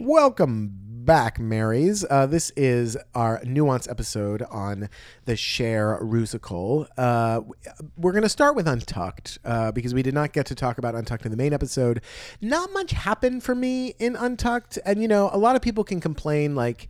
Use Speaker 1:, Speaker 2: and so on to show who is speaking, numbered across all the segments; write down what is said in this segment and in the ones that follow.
Speaker 1: Welcome back, Marys. Uh, this is our nuance episode on the Share Rusical. Uh, we're going to start with Untucked uh, because we did not get to talk about Untucked in the main episode. Not much happened for me in Untucked. And, you know, a lot of people can complain, like,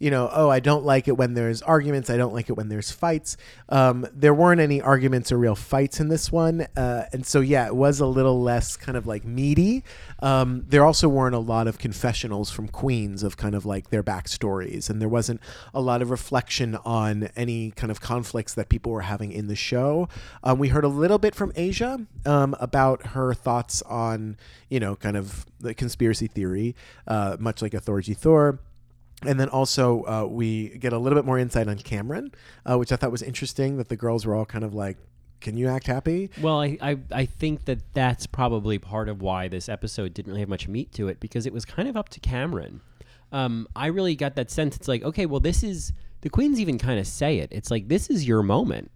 Speaker 1: you know, oh, I don't like it when there's arguments. I don't like it when there's fights. Um, there weren't any arguments or real fights in this one. Uh, and so, yeah, it was a little less kind of like meaty. Um, there also weren't a lot of confessionals from Queens of kind of like their backstories. And there wasn't a lot of reflection on any kind of conflicts that people were having in the show. Um, we heard a little bit from Asia um, about her thoughts on, you know, kind of the conspiracy theory, uh, much like Authority Thor. And then also, uh, we get a little bit more insight on Cameron, uh, which I thought was interesting that the girls were all kind of like, can you act happy?
Speaker 2: Well, I, I, I think that that's probably part of why this episode didn't really have much meat to it because it was kind of up to Cameron. Um, I really got that sense. It's like, okay, well, this is the Queens even kind of say it. It's like, this is your moment.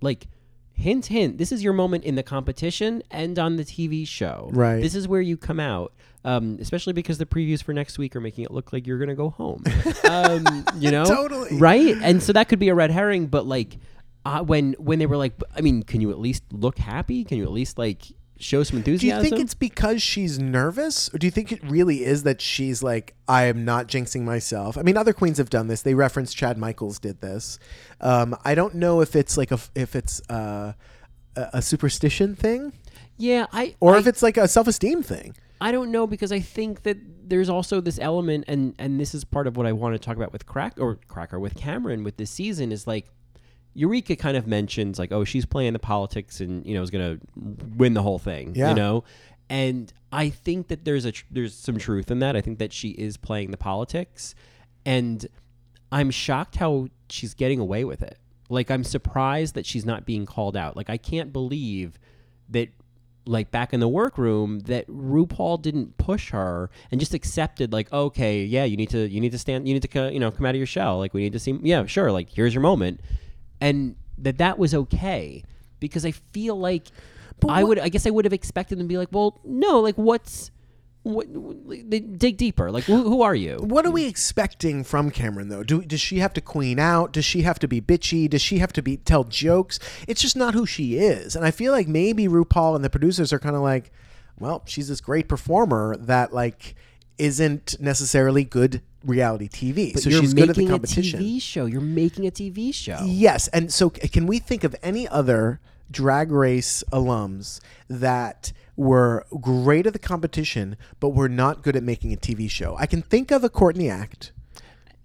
Speaker 2: Like, hint, hint, this is your moment in the competition and on the TV show.
Speaker 1: Right.
Speaker 2: This is where you come out. Um, especially because the previews for next week are making it look like you're going to go home. Um, you know?
Speaker 1: Totally.
Speaker 2: Right? And so that could be a red herring, but like, uh, when when they were like, I mean, can you at least look happy? Can you at least like show some
Speaker 1: Do you
Speaker 2: enthusiasm?
Speaker 1: think it's because she's nervous? Or do you think it really is that she's like, I am not jinxing myself? I mean, other queens have done this. They reference Chad Michaels did this. Um, I don't know if it's like a, if it's uh, a, a superstition thing
Speaker 2: yeah, I
Speaker 1: or
Speaker 2: I,
Speaker 1: if it's like a self esteem thing.
Speaker 2: I don't know because I think that there's also this element, and and this is part of what I want to talk about with Crack or Cracker with Cameron with this season is like. Eureka kind of mentions like, oh, she's playing the politics and you know is gonna win the whole thing,
Speaker 1: Yeah.
Speaker 2: you know, and I think that there's a tr- there's some truth in that. I think that she is playing the politics, and I'm shocked how she's getting away with it. Like I'm surprised that she's not being called out. Like I can't believe that like back in the workroom that RuPaul didn't push her and just accepted like okay, yeah, you need to you need to stand you need to co- you know come out of your shell. Like we need to see yeah, sure, like here's your moment. And that that was okay because I feel like I would I guess I would have expected them to be like, "Well, no, like what's what, what they dig deeper. Like who, who are you?"
Speaker 1: What are we expecting from Cameron though? Do, does she have to queen out? Does she have to be bitchy? Does she have to be tell jokes? It's just not who she is. And I feel like maybe RuPaul and the producers are kind of like, well, she's this great performer that like isn't necessarily good reality TV. so
Speaker 2: You're
Speaker 1: she's
Speaker 2: making
Speaker 1: good at the competition.
Speaker 2: a TV show. You're making a TV show.
Speaker 1: Yes, and so c- can we think of any other drag race alums that were great at the competition but were not good at making a TV show? I can think of a Courtney Act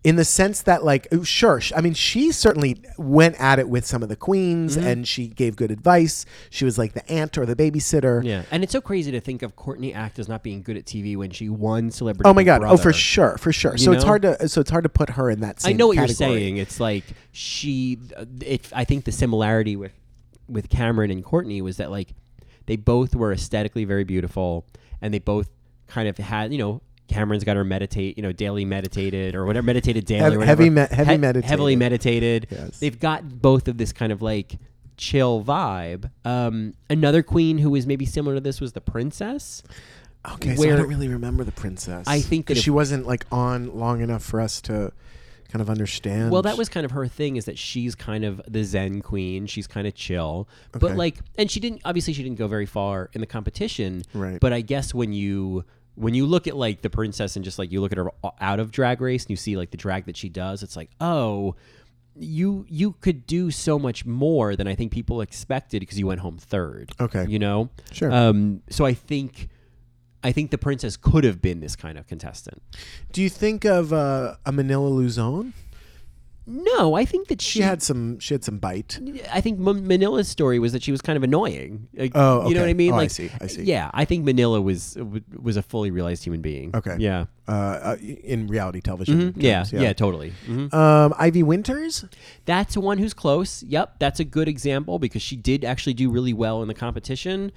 Speaker 1: in the sense that like oh, sure sh- i mean she certainly went at it with some of the queens
Speaker 2: Mm-hmm.
Speaker 1: and she gave good advice she was like the aunt or the babysitter
Speaker 2: Yeah, and it's so crazy to think of Courtney Act as not being good at TV when she won Celebrity.
Speaker 1: oh my
Speaker 2: Big
Speaker 1: god oh for
Speaker 2: Brother.
Speaker 1: sure for sure so it's
Speaker 2: know?
Speaker 1: hard to so it's hard to put her in that
Speaker 2: I
Speaker 1: same
Speaker 2: know what
Speaker 1: category.
Speaker 2: you're saying. It's like she. It, I think the similarity with with Cameron and Courtney was that like they both were aesthetically very beautiful, and they both kind of had you know. Cameron's got her meditate, you know, daily meditated or whatever, meditated daily.
Speaker 1: Hev-
Speaker 2: or whatever.
Speaker 1: heavy me- heavy meditated.
Speaker 2: Heavily meditated.
Speaker 1: Yes.
Speaker 2: They've got both of this kind of like chill vibe. Um, another queen who was maybe similar to this was the princess.
Speaker 1: Okay, so I
Speaker 2: where-
Speaker 1: don't really remember the princess.
Speaker 2: I think that
Speaker 1: 'Cause
Speaker 2: if-
Speaker 1: she wasn't like on long enough for us to kind of understand.
Speaker 2: Well, that was kind of her thing is that she's kind of the Zen queen. She's kind of chill.
Speaker 1: Okay.
Speaker 2: But like and she didn't obviously she didn't go very far in the competition.
Speaker 1: Right.
Speaker 2: But I guess when you when you look at like the princess and just like you look at her out of drag race and you see like the drag that she does, it's like, "Oh, you you could do so much more than I think people expected because you went home third.
Speaker 1: Okay.
Speaker 2: You know?
Speaker 1: Sure.
Speaker 2: Um so I think I think the princess could have been this kind of contestant.
Speaker 1: Do you think of uh, a Manila Luzon?
Speaker 2: No, I think that
Speaker 1: She had some. She had some bite.
Speaker 2: I think M- Manila's story was that she was kind of annoying. Like,
Speaker 1: Oh,
Speaker 2: you
Speaker 1: okay.
Speaker 2: know what I mean?
Speaker 1: Oh, I
Speaker 2: like,
Speaker 1: see, I see.
Speaker 2: Yeah, I think Manila was w- was a fully realized human being.
Speaker 1: Okay.
Speaker 2: Yeah.
Speaker 1: Uh, uh, in reality television.
Speaker 2: Mhm. Yeah,
Speaker 1: terms,
Speaker 2: yeah. Totally. Mhm.
Speaker 1: Um, Ivy Winters.
Speaker 2: That's one who's close. Yep. That's a good example because she did actually do really well in the competition.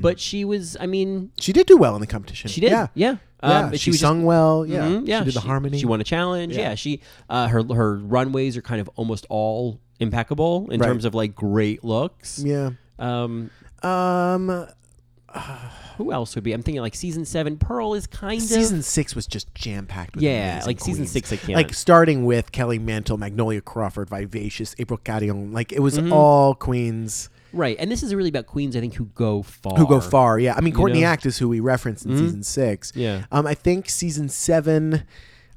Speaker 2: But she was. I mean,
Speaker 1: She did do well in the competition.
Speaker 2: she did.
Speaker 1: Hmm. Yeah.
Speaker 2: Yeah. Um,
Speaker 1: Yeah,
Speaker 2: but
Speaker 1: she,
Speaker 2: was just-
Speaker 1: sung well. Yeah.
Speaker 2: Mhm, yeah.
Speaker 1: She did the harmony.
Speaker 2: She won a challenge.
Speaker 1: Yeah.
Speaker 2: Yeah. she uh, her her runways are kind of almost all impeccable in
Speaker 1: Right.
Speaker 2: Um, terms of like great looks.
Speaker 1: Yeah.
Speaker 2: Um,
Speaker 1: Um.
Speaker 2: who else would be? I'm thinking like season seven. Pearl is kind of
Speaker 1: Season six was just jam packed.
Speaker 2: Yeah, like season six, I can't-
Speaker 1: Like starting with Kelly Mantle, Magnolia Crawford, Vivacious, April Carrion. Like it was
Speaker 2: Mm-hmm.
Speaker 1: all queens
Speaker 2: right, and this is really about queens. I think who go far.
Speaker 1: who go far. Yeah, I mean Courtney
Speaker 2: know? Mm-hmm.
Speaker 1: Act is who we referenced in season six.
Speaker 2: Yeah.
Speaker 1: um, I think season seven,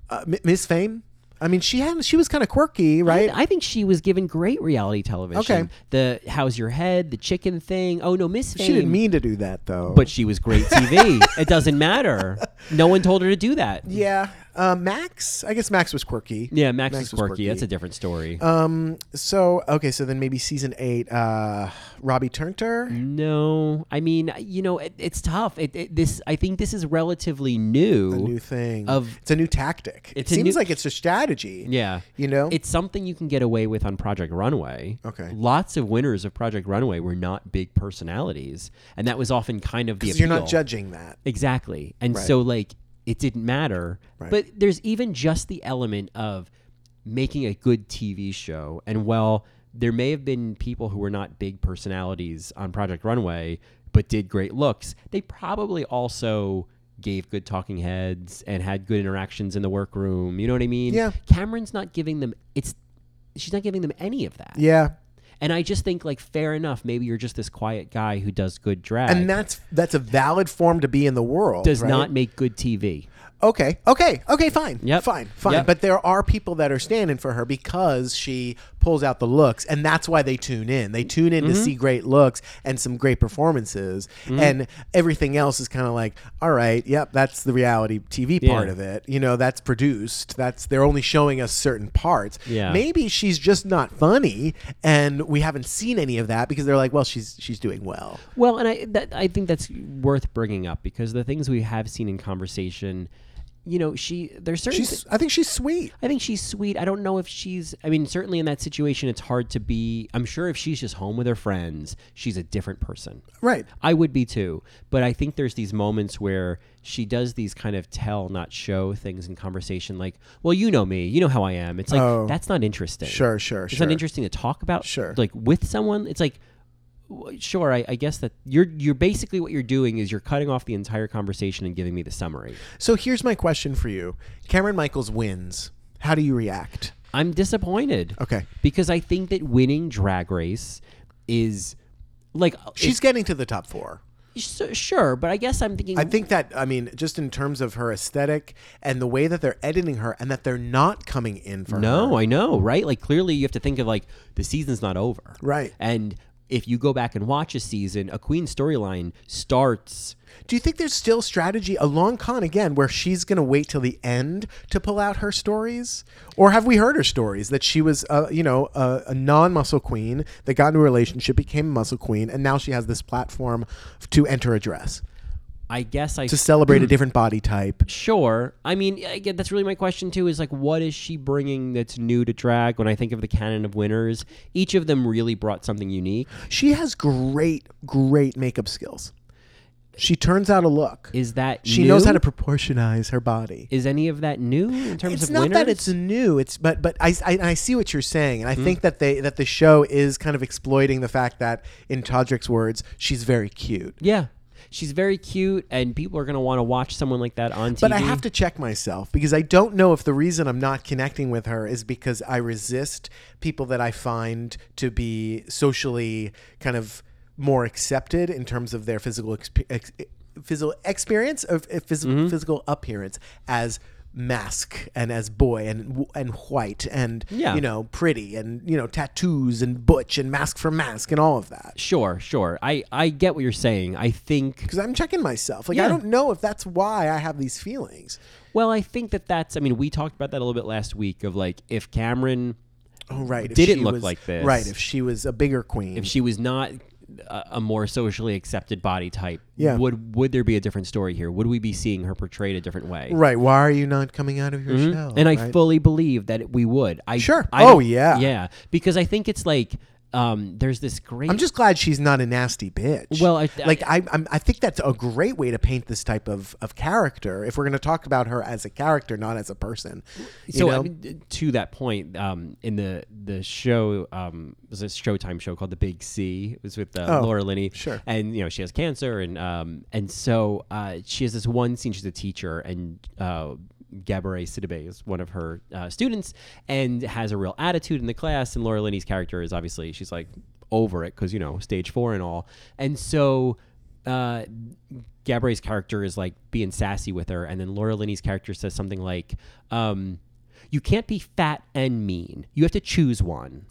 Speaker 1: uh, M- Miss Fame. I mean, she had she was kind of quirky, right?
Speaker 2: I think she was given great reality television.
Speaker 1: Okay.
Speaker 2: The how's your head? The chicken thing. Oh no, Miss Fame.
Speaker 1: she didn't mean to do that though.
Speaker 2: but she was great TV. it doesn't matter. No one told her to do that.
Speaker 1: yeah, uh, Max. I guess Max was quirky.
Speaker 2: Yeah, Max, is
Speaker 1: was
Speaker 2: quirky. That's a different story.
Speaker 1: Um. So okay. So then maybe season eight. Uh, Robbie Turnter.
Speaker 2: no, I mean, you know, it, it's tough. It, it, this, I think, this is relatively new.
Speaker 1: A new thing.
Speaker 2: Of-
Speaker 1: it's a new tactic. It
Speaker 2: It's a
Speaker 1: seems
Speaker 2: new-
Speaker 1: like it's a strategy.
Speaker 2: yeah,
Speaker 1: You know.
Speaker 2: it's something you can get away with on Project Runway.
Speaker 1: Okay.
Speaker 2: lots of winners of Project Runway were not big personalities, and that was often kind of the
Speaker 1: 'Cause you're not
Speaker 2: appeal.
Speaker 1: judging that.
Speaker 2: Exactly. And so like it didn't matter. But there's even just the element of making a good TV show. And while there may have been people who were not big personalities on Project Runway but did great looks, they probably also gave good talking heads and had good interactions in the workroom. You know what I mean?
Speaker 1: Yeah.
Speaker 2: Cameron's not giving them it's she's not giving them any of that.
Speaker 1: Yeah.
Speaker 2: And I just think like fair enough, maybe you're just this quiet guy who does good drag.
Speaker 1: And that's that's a valid form to be in the world.
Speaker 2: does
Speaker 1: right?
Speaker 2: not make good TV.
Speaker 1: Okay. Okay. Okay. Fine.
Speaker 2: Yep.
Speaker 1: Fine. Fine.
Speaker 2: Yep.
Speaker 1: But there are people that are standing for her because she pulls out the looks, and that's why they tune in. They tune in
Speaker 2: Mm-hmm.
Speaker 1: to see great looks and some great performances, and everything else is kind of like, all right, yep, that's the reality TV part
Speaker 2: Yeah.
Speaker 1: of it. You know, that's produced. That's they're only showing us certain parts.
Speaker 2: Yeah.
Speaker 1: Maybe she's just not funny, and we haven't seen any of that because they're like, well, she's she's doing well.
Speaker 2: Well, and I that, I think that's worth bringing up because the things we have seen in conversation, you know, she there's certain. thi-
Speaker 1: She's. I think she's sweet.
Speaker 2: I think she's sweet. I don't know if she's. I mean, certainly in that situation, it's hard to be. I'm sure if she's just home with her friends, she's a different person.
Speaker 1: Right.
Speaker 2: I would be too. But I think there's these moments where she does these kind of tell, not show things in conversation, like, well, you know me, you know how I am. It's like,
Speaker 1: Oh.
Speaker 2: that's not interesting.
Speaker 1: Sure. Sure.
Speaker 2: It's
Speaker 1: sure.
Speaker 2: not interesting to talk about.
Speaker 1: Sure.
Speaker 2: Like with someone, it's like, w- sure, I, I guess that you're you're basically what you're doing is you're cutting off the entire conversation and giving me the summary.
Speaker 1: So here's my question for you. Cameron Michaels wins. How do you react?
Speaker 2: I'm disappointed.
Speaker 1: Okay.
Speaker 2: Because I think that winning Drag Race is like
Speaker 1: She's getting to the top 4.
Speaker 2: it's- s- sure, but I guess I'm thinking.
Speaker 1: I think that I mean just in terms of her aesthetic and the way that they're editing her and that they're not coming in for her.
Speaker 2: no, I know, right? Like clearly, you have to think of like the season's not over,
Speaker 1: Right.
Speaker 2: And if you go back and watch a season, a queen storyline starts
Speaker 1: Do you think there's still strategy a long con again where she's going to wait till the end to pull out her stories or have we heard her stories that she was uh, you know a, a non-muscle queen that got into a relationship became a muscle queen and now she has this platform to enter a dress
Speaker 2: I guess I
Speaker 1: to celebrate
Speaker 2: Hmm.
Speaker 1: a different body type
Speaker 2: sure. I mean, again, that's really my question too. Is like, what is she bringing that's new to drag? When I think of the canon of winners, each of them really brought something unique.
Speaker 1: She has great, great makeup skills. She turns out a look.
Speaker 2: Is that
Speaker 1: she knows
Speaker 2: new?
Speaker 1: how to proportionize her body.
Speaker 2: Is any of that new in terms
Speaker 1: It's
Speaker 2: of
Speaker 1: not
Speaker 2: winners? Hmm.
Speaker 1: that it's new. It's but but I, I I see what you're saying, and I think that they that the show is kind of exploiting the fact that, in Todrick's words, she's very cute.
Speaker 2: yeah. She's very cute, and people are going to want to watch someone like that on TV.
Speaker 1: But I have to check myself because I don't know if the reason I'm not connecting with her is because I resist people that I find to be socially kind of more accepted in terms of their physical exp- ex- physical experience of uh, phys-
Speaker 2: Mm-hmm.
Speaker 1: physical appearance as mask and as boy and w- and white and
Speaker 2: Yeah.
Speaker 1: you know pretty and you know tattoos and butch and mask for mask and all of that
Speaker 2: Sure, sure. I I get what you're saying. I think
Speaker 1: because I'm checking myself like I
Speaker 2: Yeah.
Speaker 1: don't know if that's why I have these feelings
Speaker 2: well, I think that that's. I mean, we talked about that a little bit last week. Of like, if Cameron,
Speaker 1: Oh, right. If
Speaker 2: didn't
Speaker 1: she
Speaker 2: look
Speaker 1: was-
Speaker 2: like this.
Speaker 1: Right. If she was a bigger queen.
Speaker 2: if she was not a, a more socially accepted body type,
Speaker 1: Yeah.
Speaker 2: would would there be a different story here? Would we be seeing her portrayed a different way?
Speaker 1: right. Why are you not coming out of your shell?
Speaker 2: Mm-hmm. And I
Speaker 1: right?
Speaker 2: fully believe that we would. I
Speaker 1: Sure.
Speaker 2: I
Speaker 1: Oh,
Speaker 2: don't-
Speaker 1: yeah.
Speaker 2: yeah. Because I think it's like um, there's this great.
Speaker 1: I'm just glad she's not a nasty bitch.
Speaker 2: Well, I-
Speaker 1: like I, I'm, I think that's a great way to paint this type of, of character. If we're going to talk about her as a character, not as a person, you
Speaker 2: so uh, I
Speaker 1: know?
Speaker 2: mean, to that point, um, in the the show, um, it was a Showtime show called The Big C. It was with uh, Laura Linney.
Speaker 1: Oh, sure.
Speaker 2: And you know she has cancer, and um, and so uh, she has this one scene. She's a teacher, and uh, Gabourey Sidibe is one of her uh, students, and has a real attitude in the class. And Laura Linney's character is obviously she's like over it because you know stage four and all, and so uh, Gabrielle's character is like being sassy with her, and then Laura Linney's character says something like, um, "You can't be fat and mean. You have to choose one."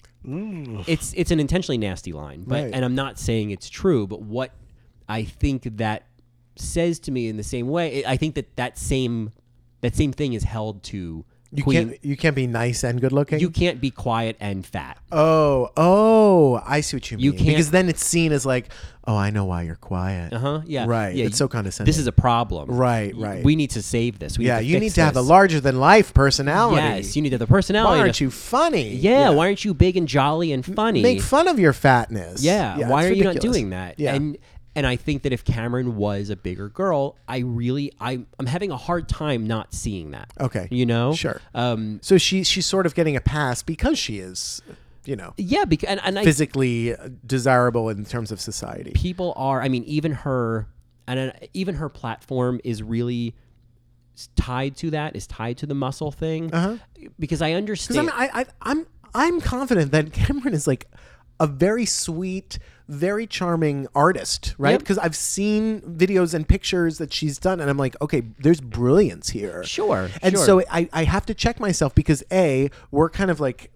Speaker 2: It's it's an intentionally nasty line, but
Speaker 1: Right.
Speaker 2: and I'm not saying it's true, but what I think that says to me in the same way, I I think that that same that same thing is held to
Speaker 1: you
Speaker 2: Queen.
Speaker 1: can't you can't be nice and good looking.
Speaker 2: You can't be quiet and fat.
Speaker 1: oh, oh, I see what you mean.
Speaker 2: You can't-
Speaker 1: because then it's seen as like, oh, I know why you're quiet.
Speaker 2: Uh huh. Yeah.
Speaker 1: Right.
Speaker 2: Yeah,
Speaker 1: it's
Speaker 2: you-
Speaker 1: so condescending.
Speaker 2: This is a problem.
Speaker 1: Right,
Speaker 2: Y-
Speaker 1: right.
Speaker 2: We need to save this. We
Speaker 1: yeah.
Speaker 2: Need to
Speaker 1: You
Speaker 2: fix
Speaker 1: need to have a
Speaker 2: this.
Speaker 1: larger than life personality.
Speaker 2: Yes, you need to have the personality.
Speaker 1: why
Speaker 2: to-
Speaker 1: aren't you funny?
Speaker 2: Yeah, why aren't you big and jolly and funny?
Speaker 1: Make fun of your fatness.
Speaker 2: yeah, why are
Speaker 1: it's
Speaker 2: you not
Speaker 1: ridiculous.
Speaker 2: doing that?
Speaker 1: Yeah.
Speaker 2: And and I think that if Cameron was a bigger girl, I really I I'm having a hard time not seeing that.
Speaker 1: Okay.
Speaker 2: You know?
Speaker 1: Sure.
Speaker 2: Um
Speaker 1: So she she's sort of getting a pass because she is, you know,
Speaker 2: yeah, because and, and I
Speaker 1: physically desirable in terms of society.
Speaker 2: people are i mean even her and uh, even her platform is really s- tied to that is tied to the muscle thing uh-huh. because i
Speaker 1: Because
Speaker 2: understand
Speaker 1: I'm I, I, I'm I'm confident that Cameron is like a very sweet, very charming artist, right?
Speaker 2: Yep.
Speaker 1: Because I've seen videos and pictures that she's done, and I'm like, okay, there's brilliance here.
Speaker 2: sure
Speaker 1: And
Speaker 2: sure.
Speaker 1: so I, I have to check myself because A, we're kind of like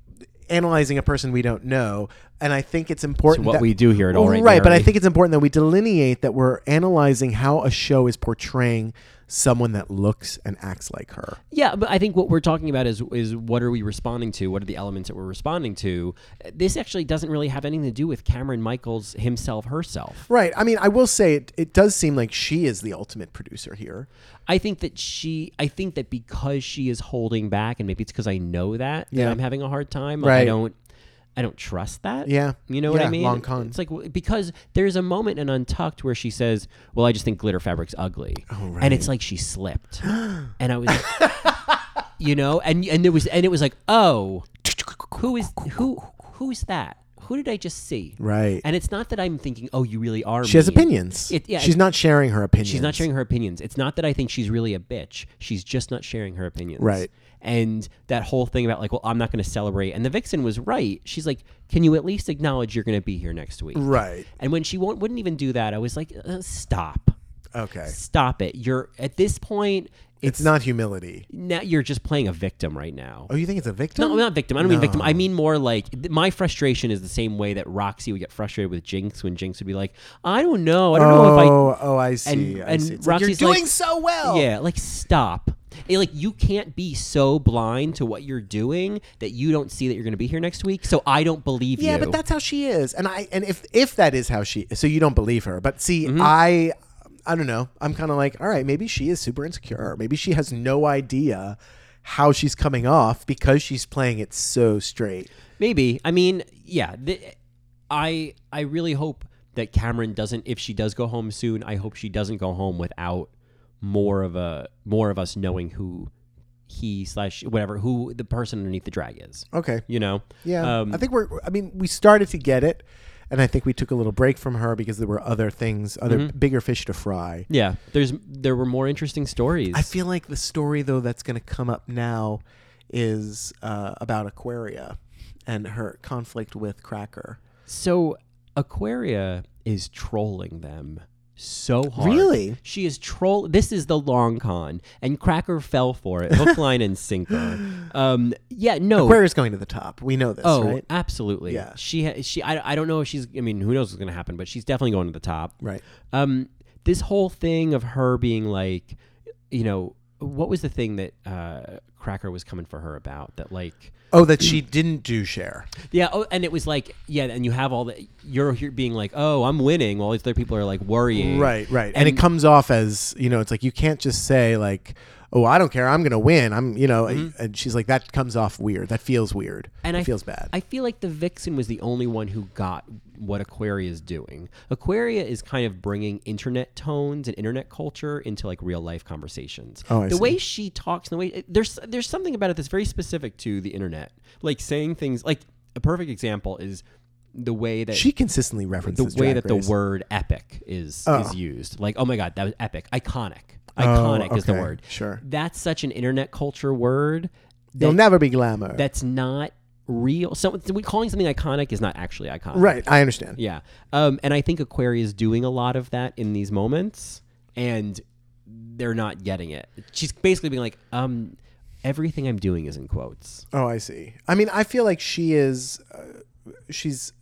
Speaker 1: analyzing a person we don't know. And I think it's important
Speaker 2: what
Speaker 1: that,
Speaker 2: we do here at All Right
Speaker 1: Right, but I
Speaker 2: Mary.
Speaker 1: think it's important that we delineate that we're analyzing how a show is portraying someone that looks and acts like her.
Speaker 2: Yeah, but I think what we're talking about is is what are we responding to? What are the elements that we're responding to? This actually doesn't really have anything to do with Cameron Michaels himself herself.
Speaker 1: Right. I mean, I will say it, it does seem like she is the ultimate producer here.
Speaker 2: I think that she I think that because she is holding back and maybe it's because I know that that
Speaker 1: Yeah.
Speaker 2: I'm having a hard time. Like, I
Speaker 1: Right.
Speaker 2: don't I don't trust that.
Speaker 1: Yeah.
Speaker 2: You know what I
Speaker 1: Yeah,
Speaker 2: mean?
Speaker 1: long con.
Speaker 2: It's like w- because there's a moment in Untucked where she says, "Well, I just think glitter fabric's ugly,"
Speaker 1: Oh,
Speaker 2: and it's like she slipped, and I was, you know, and and there was and it was like, oh, who is who who is that? Who did I just see?
Speaker 1: Right.
Speaker 2: And it's not that I'm thinking, oh, you really are.
Speaker 1: She has
Speaker 2: mean."
Speaker 1: opinions.
Speaker 2: It- yeah,
Speaker 1: she's not sharing her opinions.
Speaker 2: She's not sharing her opinions. It's not that I think she's really a bitch. She's just not sharing her opinions.
Speaker 1: Right.
Speaker 2: And that whole thing about like, well, I'm not going to celebrate. And the vixen was right. She's like, can you at least acknowledge you're going to be here next week?
Speaker 1: Right.
Speaker 2: And when she won't, wouldn't even do that, I was like, uh, stop,
Speaker 1: Okay.
Speaker 2: stop it. You're at this point.
Speaker 1: It's
Speaker 2: It's,
Speaker 1: not humility.
Speaker 2: now you're just playing a victim right now.
Speaker 1: Oh, you think it's a victim?
Speaker 2: No, not victim. I don't mean victim. I mean more like th- my frustration is the same way that Roxy would get frustrated with Jinx when Jinx would be like, I don't know. I don't know if I
Speaker 1: oh, oh, I see. I
Speaker 2: and
Speaker 1: see. It's like, you're
Speaker 2: Roxy's like-
Speaker 1: doing so well.
Speaker 2: Yeah, like stop. Eh, like you can't be so blind to what you're doing that you don't see that you're going to be here next week. So I don't believe
Speaker 1: Yeah,
Speaker 2: you.
Speaker 1: but that's how she is. And I and if if that is how she so you don't believe her. But see,
Speaker 2: Mm-hmm.
Speaker 1: I I don't know. I'm kind of like, all right, maybe she is super insecure. Maybe she has no idea how she's coming off because she's playing it so straight.
Speaker 2: maybe. I mean, yeah. th- I I really hope that Cameron doesn't. If she does go home soon, I hope she doesn't go home without more of a more of us knowing who he slash whatever who the person underneath the drag is.
Speaker 1: Okay.
Speaker 2: You know.
Speaker 1: Yeah.
Speaker 2: Um,
Speaker 1: I think we're I mean, we started to get it and I think we took a little break from her because there were other things, other
Speaker 2: Mm-hmm.
Speaker 1: bigger fish to fry.
Speaker 2: yeah. There's there were more interesting stories.
Speaker 1: I feel like the story though that's going to come up now is uh, about Aquaria and her conflict with Cracker.
Speaker 2: So Aquaria is trolling them so hard.
Speaker 1: Really?
Speaker 2: She is troll. This is the long con, and Cracker fell for it, hook, line, and sinker. Um, yeah, no.
Speaker 1: Aquaria's going to the top. We know this,
Speaker 2: oh,
Speaker 1: right?
Speaker 2: absolutely.
Speaker 1: Yeah.
Speaker 2: She ha- she. I, I don't know if she's. I mean, who knows what's gonna happen? But she's definitely going to the top.
Speaker 1: Right.
Speaker 2: Um, this whole thing of her being like, you know, what was the thing that uh, Cracker was coming for her about? That like.
Speaker 1: Oh, that she didn't do share.
Speaker 2: Yeah, oh, and it was like, yeah, and you have all the you're here being like, oh, I'm winning, while these other people are like worrying.
Speaker 1: Right, right. And, it comes off as, you know, it's like you can't just say like, oh, I don't care. I'm going to win. I'm, you know, and she's like, that comes off weird. That feels weird.
Speaker 2: and
Speaker 1: it
Speaker 2: I
Speaker 1: feels bad.
Speaker 2: I feel like the Vixen was the only one who got what Aquaria is doing. Aquaria is kind of bringing internet tones and internet culture into like real life conversations.
Speaker 1: Oh, I
Speaker 2: the
Speaker 1: see.
Speaker 2: way she talks, and the way eh, there's there's something about it that's very specific to the internet. Like saying things like a perfect example is the way that
Speaker 1: she consistently references
Speaker 2: the way
Speaker 1: Drag
Speaker 2: that
Speaker 1: Race.
Speaker 2: the word epic is is used. Like, oh my god, that was epic. Iconic.
Speaker 1: Oh,
Speaker 2: Iconic is the
Speaker 1: okay,
Speaker 2: word.
Speaker 1: Sure.
Speaker 2: That's such an internet culture word
Speaker 1: You'll never be glamour.
Speaker 2: that's not real. So we calling something iconic is not actually iconic.
Speaker 1: right. I understand.
Speaker 2: Yeah. Um, and I think Aquaria is doing a lot of that in these moments, and they're not getting it. She's basically being like, um, everything I'm doing is in quotes.
Speaker 1: Oh, I see. I mean, I feel like she is, uh, she's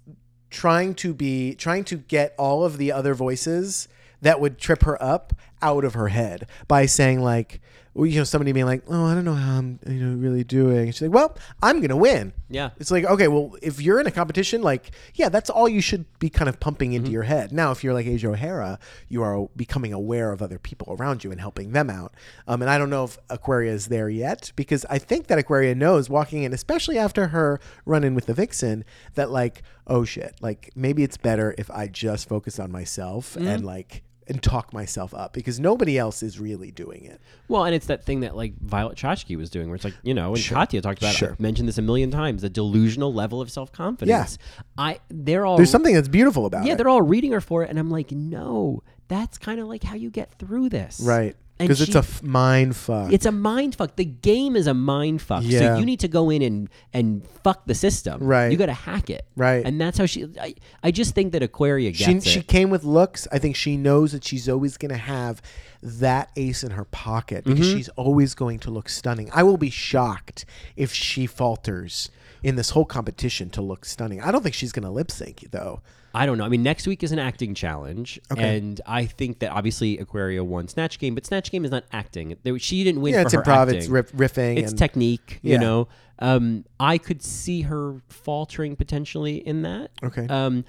Speaker 1: trying to be, trying to get all of the other voices that would trip her up out of her head by saying like, well, you know, somebody being like, oh, I don't know how I'm, you know, really doing. And she's like, well, I'm gonna win.
Speaker 2: Yeah.
Speaker 1: It's like, okay, well, if you're in a competition, like, yeah, that's all you should be kind of pumping into your head. Now, if you're like Asia O'Hara, you are becoming aware of other people around you and helping them out. Um, and I don't know if Aquaria is there yet because I think that Aquaria knows walking in, especially after her run in with the Vixen, that like, oh shit, like maybe it's better if I just focus on myself
Speaker 2: Mm-hmm.
Speaker 1: and like and talk myself up because nobody else is really doing it.
Speaker 2: Well, and it's that thing that like Violet Chachki was doing, where it's like you know, and Katya talked about.
Speaker 1: Sure.
Speaker 2: I've mentioned this a million times. The delusional level of self confidence. I they're all
Speaker 1: There's something that's beautiful about
Speaker 2: yeah
Speaker 1: it.
Speaker 2: they're all reading her for it, and I'm like, no, that's kind of like how you get through this,
Speaker 1: right.
Speaker 2: And
Speaker 1: Because it's
Speaker 2: she-
Speaker 1: a f- mind fuck.
Speaker 2: It's a mind fuck. The game is a mind fuck.
Speaker 1: Yeah.
Speaker 2: So you need to go in and and fuck the system.
Speaker 1: Right.
Speaker 2: You got to hack it.
Speaker 1: Right.
Speaker 2: And that's how she. I, I just think that Aquaria gets
Speaker 1: she,
Speaker 2: it.
Speaker 1: she came with looks. I think she knows that she's always going to have that ace in her pocket because
Speaker 2: Mm-hmm.
Speaker 1: she's always going to look stunning. I will be shocked if she falters in this whole competition to look stunning. I don't think she's going to lip sync though.
Speaker 2: I don't know. I mean, next week is an acting challenge, and I think that obviously Aquaria won Snatch Game, but Snatch Game is not acting. There- She didn't win.
Speaker 1: Yeah,
Speaker 2: for
Speaker 1: it's
Speaker 2: her
Speaker 1: improv.
Speaker 2: acting.
Speaker 1: It's riff, riffing.
Speaker 2: It's
Speaker 1: and,
Speaker 2: technique.
Speaker 1: Yeah.
Speaker 2: You know, um, I could see her faltering potentially in that.
Speaker 1: Okay.
Speaker 2: Um,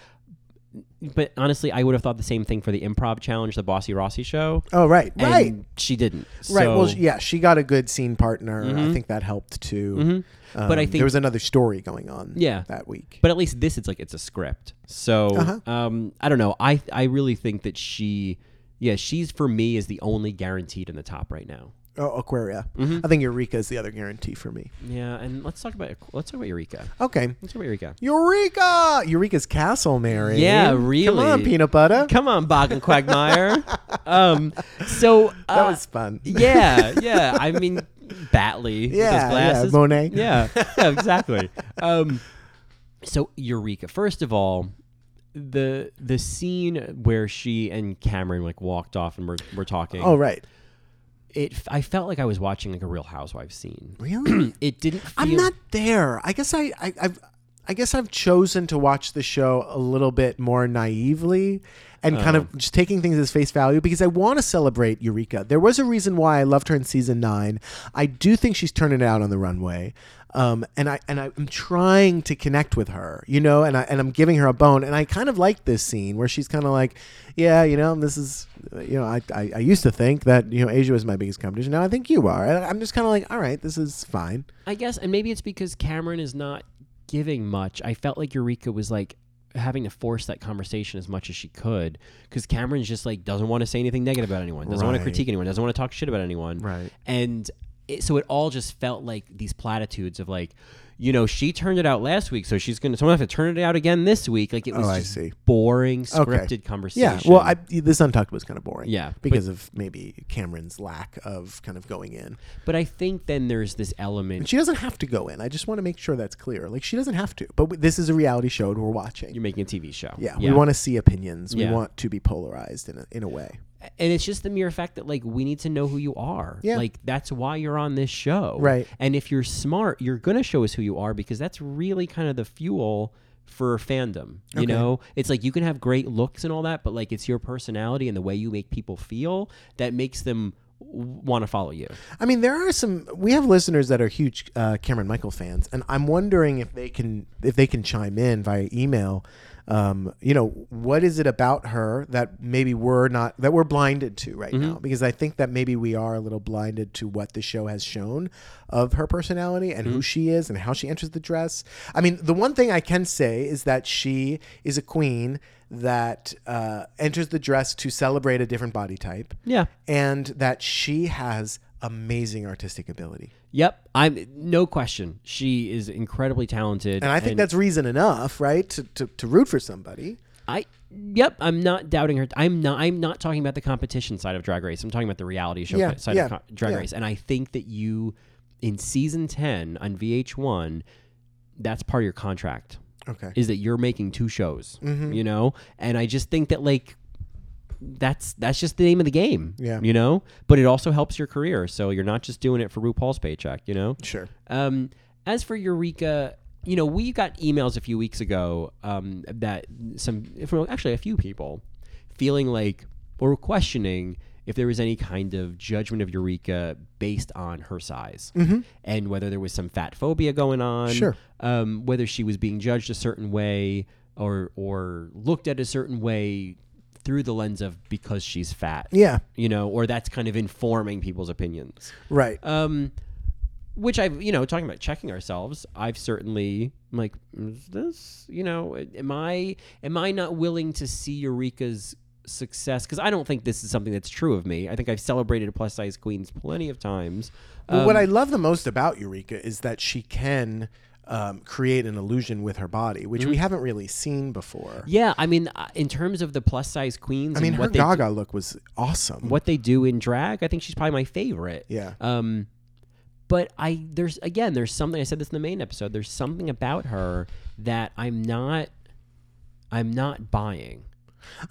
Speaker 2: but honestly, I would have thought the same thing for the improv challenge, the Bossy Rossi show.
Speaker 1: oh right, right,
Speaker 2: and she didn't.
Speaker 1: right. well,
Speaker 2: So- Mm-hmm.
Speaker 1: yeah, she got a good scene partner. I think that helped too.
Speaker 2: But I
Speaker 1: Um,
Speaker 2: think-
Speaker 1: there was another story going on.
Speaker 2: Yeah.
Speaker 1: that week.
Speaker 2: but at least this, it's like it's a script. So
Speaker 1: Uh-huh.
Speaker 2: um, I don't know. I I really think that she, yeah, she's for me is the only guaranteed in the top right now.
Speaker 1: Oh, Aquaria.
Speaker 2: Mm-hmm.
Speaker 1: I think Eureka is the other guarantee for me.
Speaker 2: Yeah, and let's talk about let's talk about Eureka.
Speaker 1: Okay.
Speaker 2: Let's talk about Eureka.
Speaker 1: Eureka! Eureka's castle, Mary.
Speaker 2: Yeah,
Speaker 1: Come
Speaker 2: really.
Speaker 1: on, peanut butter.
Speaker 2: Come on, Bog and Quagmire. um, so uh,
Speaker 1: that was fun.
Speaker 2: yeah, yeah. I mean, Batley. with
Speaker 1: Yeah, yeah,
Speaker 2: his glasses.
Speaker 1: Monet.
Speaker 2: Yeah, yeah, exactly. um, so Eureka. First of all, the the scene where she and Cameron like walked off and we're, we're talking.
Speaker 1: Oh, right.
Speaker 2: it. f- I felt like I was watching like a Real Housewives scene.
Speaker 1: Really?
Speaker 2: It didn't. Feel,
Speaker 1: I'm not there. I guess I, I I've I guess I've chosen to watch the show a little bit more naively and kind of just taking things as face value because I want to celebrate Eureka. There was a reason why I loved her in season nine. I do think she's turning it out on the runway. Um, and I and I am trying to connect with her, you know, and I and I'm giving her a bone, and I kind of like this scene where she's kind of like, yeah, you know, this is, you know, I, I I used to think that you know Asia was my biggest competition. Now I think you are, and I'm just kind of like, all right, this is fine.
Speaker 2: I guess, and maybe it's because Cameron is not giving much. I felt like Eureka was like having to force that conversation as much as she could because Cameron's just like doesn't want to say anything negative about anyone, doesn't want
Speaker 1: Right.
Speaker 2: to critique anyone, doesn't want to talk shit about anyone.
Speaker 1: Right.
Speaker 2: And it, so it all just felt like these platitudes of like, you know, she turned it out last week, so she's gonna someone have to turn it out again this week. Like it was
Speaker 1: Oh, I
Speaker 2: just
Speaker 1: see.
Speaker 2: boring,
Speaker 1: Okay.
Speaker 2: scripted
Speaker 1: Yeah.
Speaker 2: conversation.
Speaker 1: Well, I, this Untucked was kind of boring.
Speaker 2: Yeah, but-
Speaker 1: Because of maybe Cameron's lack of kind of going in.
Speaker 2: but I think then there's this element
Speaker 1: And she doesn't have to go in. I just want to make sure that's clear. Like, she doesn't have to. But w- this is a reality show and we're watching.
Speaker 2: you're making a TV show.
Speaker 1: Yeah. We want to see opinions. We
Speaker 2: Yeah.
Speaker 1: want to be polarized in a, in a way.
Speaker 2: and it's just the mere fact that like we need to know who you are
Speaker 1: Yeah.
Speaker 2: like that's why you're on this show
Speaker 1: Right.
Speaker 2: and if you're smart you're gonna show us who you are because that's really kind of the fuel for fandom you know it's like you can have great looks and all that but like it's your personality and the way you make people feel that makes them want to follow you
Speaker 1: I mean, there are some. We have listeners that are huge uh, Cameron Michael fans, and I'm wondering if they can if they can chime in via email um, you know, what is it about her that maybe we're not that we're blinded to right now? Because I think that maybe we are a little blinded to what the show has shown of her personality and who she is and how she enters the dress. I mean, the one thing I can say is that she is a queen that uh, enters the dress to celebrate a different body type
Speaker 2: Yeah.
Speaker 1: and that she has amazing artistic ability.
Speaker 2: Yep. I'm no question. She is incredibly talented.
Speaker 1: And I think that's reason enough, right, to, to, to root for somebody.
Speaker 2: I yep, I'm not doubting her. I'm not I'm not talking about the competition side of Drag Race. I'm talking about the reality show
Speaker 1: Yeah,
Speaker 2: side
Speaker 1: yeah,
Speaker 2: of co- Drag
Speaker 1: yeah.
Speaker 2: Race. And I think that you in season 10 on VH1 that's part of your contract
Speaker 1: Okay.
Speaker 2: is that you're making two shows,
Speaker 1: Mm-hmm.
Speaker 2: you know? And I just think that like that's that's just the name of the game,
Speaker 1: Yeah.
Speaker 2: you know? But it also helps your career, so you're not just doing it for RuPaul's paycheck, you know?
Speaker 1: Sure.
Speaker 2: Um, as for Eureka, you know, we got emails a few weeks ago um, that some, from actually a few people, feeling like or questioning if there was any kind of judgment of Eureka based on her size and whether there was some fat phobia going on,
Speaker 1: Mm-hmm. Sure.
Speaker 2: um, whether she was being judged a certain way or or looked at a certain way through the lens of because she's fat,
Speaker 1: Yeah.
Speaker 2: you know, or that's kind of informing people's opinions
Speaker 1: Right.
Speaker 2: um which i've you know talking about checking ourselves i've certainly I'm like is this you know am i am i not willing to see eureka's success because i don't think this is something that's true of me i think i've celebrated plus size queens plenty of times Uh,
Speaker 1: Well,
Speaker 2: Um,
Speaker 1: what I love the most about Eureka is that she can um, create an illusion with her body, which we haven't really seen before.
Speaker 2: Mm. yeah i mean uh, in terms of the plus size queens
Speaker 1: I mean,
Speaker 2: and
Speaker 1: her
Speaker 2: what they do,
Speaker 1: Gaga look was awesome.
Speaker 2: what they do in drag i think she's probably my favorite
Speaker 1: Yeah.
Speaker 2: Um, but I there's again there's something I said this in the main episode. There's something about her that I'm not I'm not buying.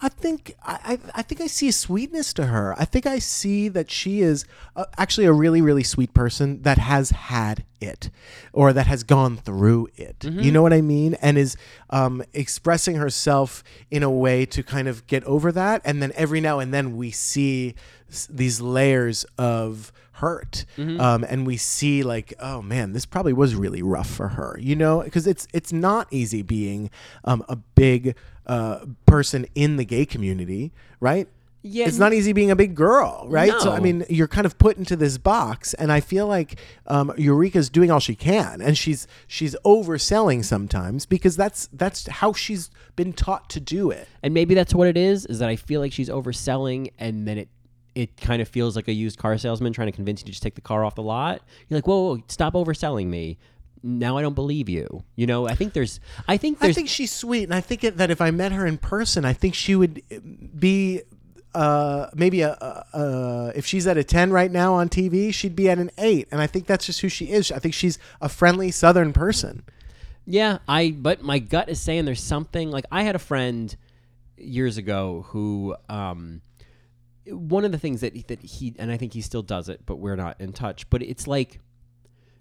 Speaker 1: I think I, I I think I see a sweetness to her. I think I see that she is uh, actually a really really sweet person that has had it, or that has gone through it. You know what I mean? And is um, expressing herself in a way to kind of get over that. And then every now and then we see s- these layers of hurt
Speaker 2: Mm-hmm.
Speaker 1: um, and we see like oh man this probably was really rough for her you know because it's it's not easy being um, a big uh, person in the gay community right
Speaker 2: Yeah,
Speaker 1: it's not easy being a big girl right so i
Speaker 2: No.
Speaker 1: mean you're kind of put into this box and i feel like um, eureka's doing all she can and she's she's overselling sometimes because that's that's how she's been taught to do it
Speaker 2: And maybe that's what it is. Is that I feel like she's overselling, and then it it kind of feels like a used car salesman trying to convince you to just take the car off the lot. You're like, whoa, whoa, whoa, stop overselling me. Now I don't believe you. You know, I think there's I think
Speaker 1: I
Speaker 2: there's
Speaker 1: think she's sweet, and I think it, that if I met her in person, I think she would eh, be uh, maybe a, a, a if she's at a ten right now on TV, she'd be at an eight, and I think that's just who she is. I think she's a friendly Southern person.
Speaker 2: Yeah, I but my gut is saying there's something like I had a friend years ago who um one of the things that that he and I think he still does it, but we're not in touch, but it's like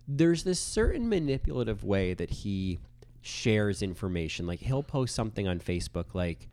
Speaker 2: there's this certain manipulative way that he shares information. Like he'll post something on Facebook like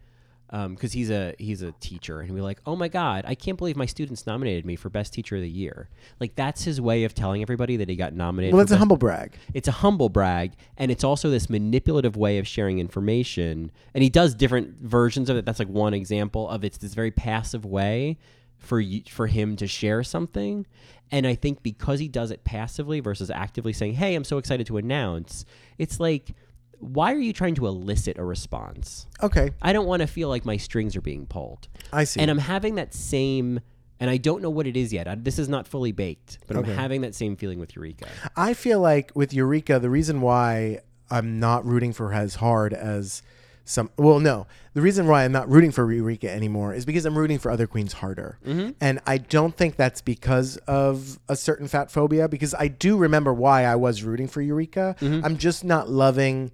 Speaker 2: um, cuz he's a he's a teacher and he'll be like, "Oh my god, I can't believe my students nominated me for best teacher of the year." Like that's his way of telling everybody that he got nominated
Speaker 1: Well,
Speaker 2: for
Speaker 1: that's a
Speaker 2: Best
Speaker 1: humble brag.
Speaker 2: it's a humble brag and it's also this manipulative way of sharing information and he does different versions of it that's like one example of it's this very passive way for you, for him to share something and i think because he does it passively versus actively saying hey i'm so excited to announce it's like why are you trying to elicit a response
Speaker 1: Okay,
Speaker 2: i don't want to feel like my strings are being pulled
Speaker 1: I see.
Speaker 2: and I'm having that same, and I don't know what it is yet. I, this is not fully baked, but I'm having that same feeling with Eureka.
Speaker 1: I feel like with Eureka, the reason why I'm not rooting for her as hard as some well no the reason why i'm not rooting for eureka anymore is because i'm rooting for other queens harder and i don't think that's because of a certain fat phobia because i do remember why i was rooting for eureka i'm just not loving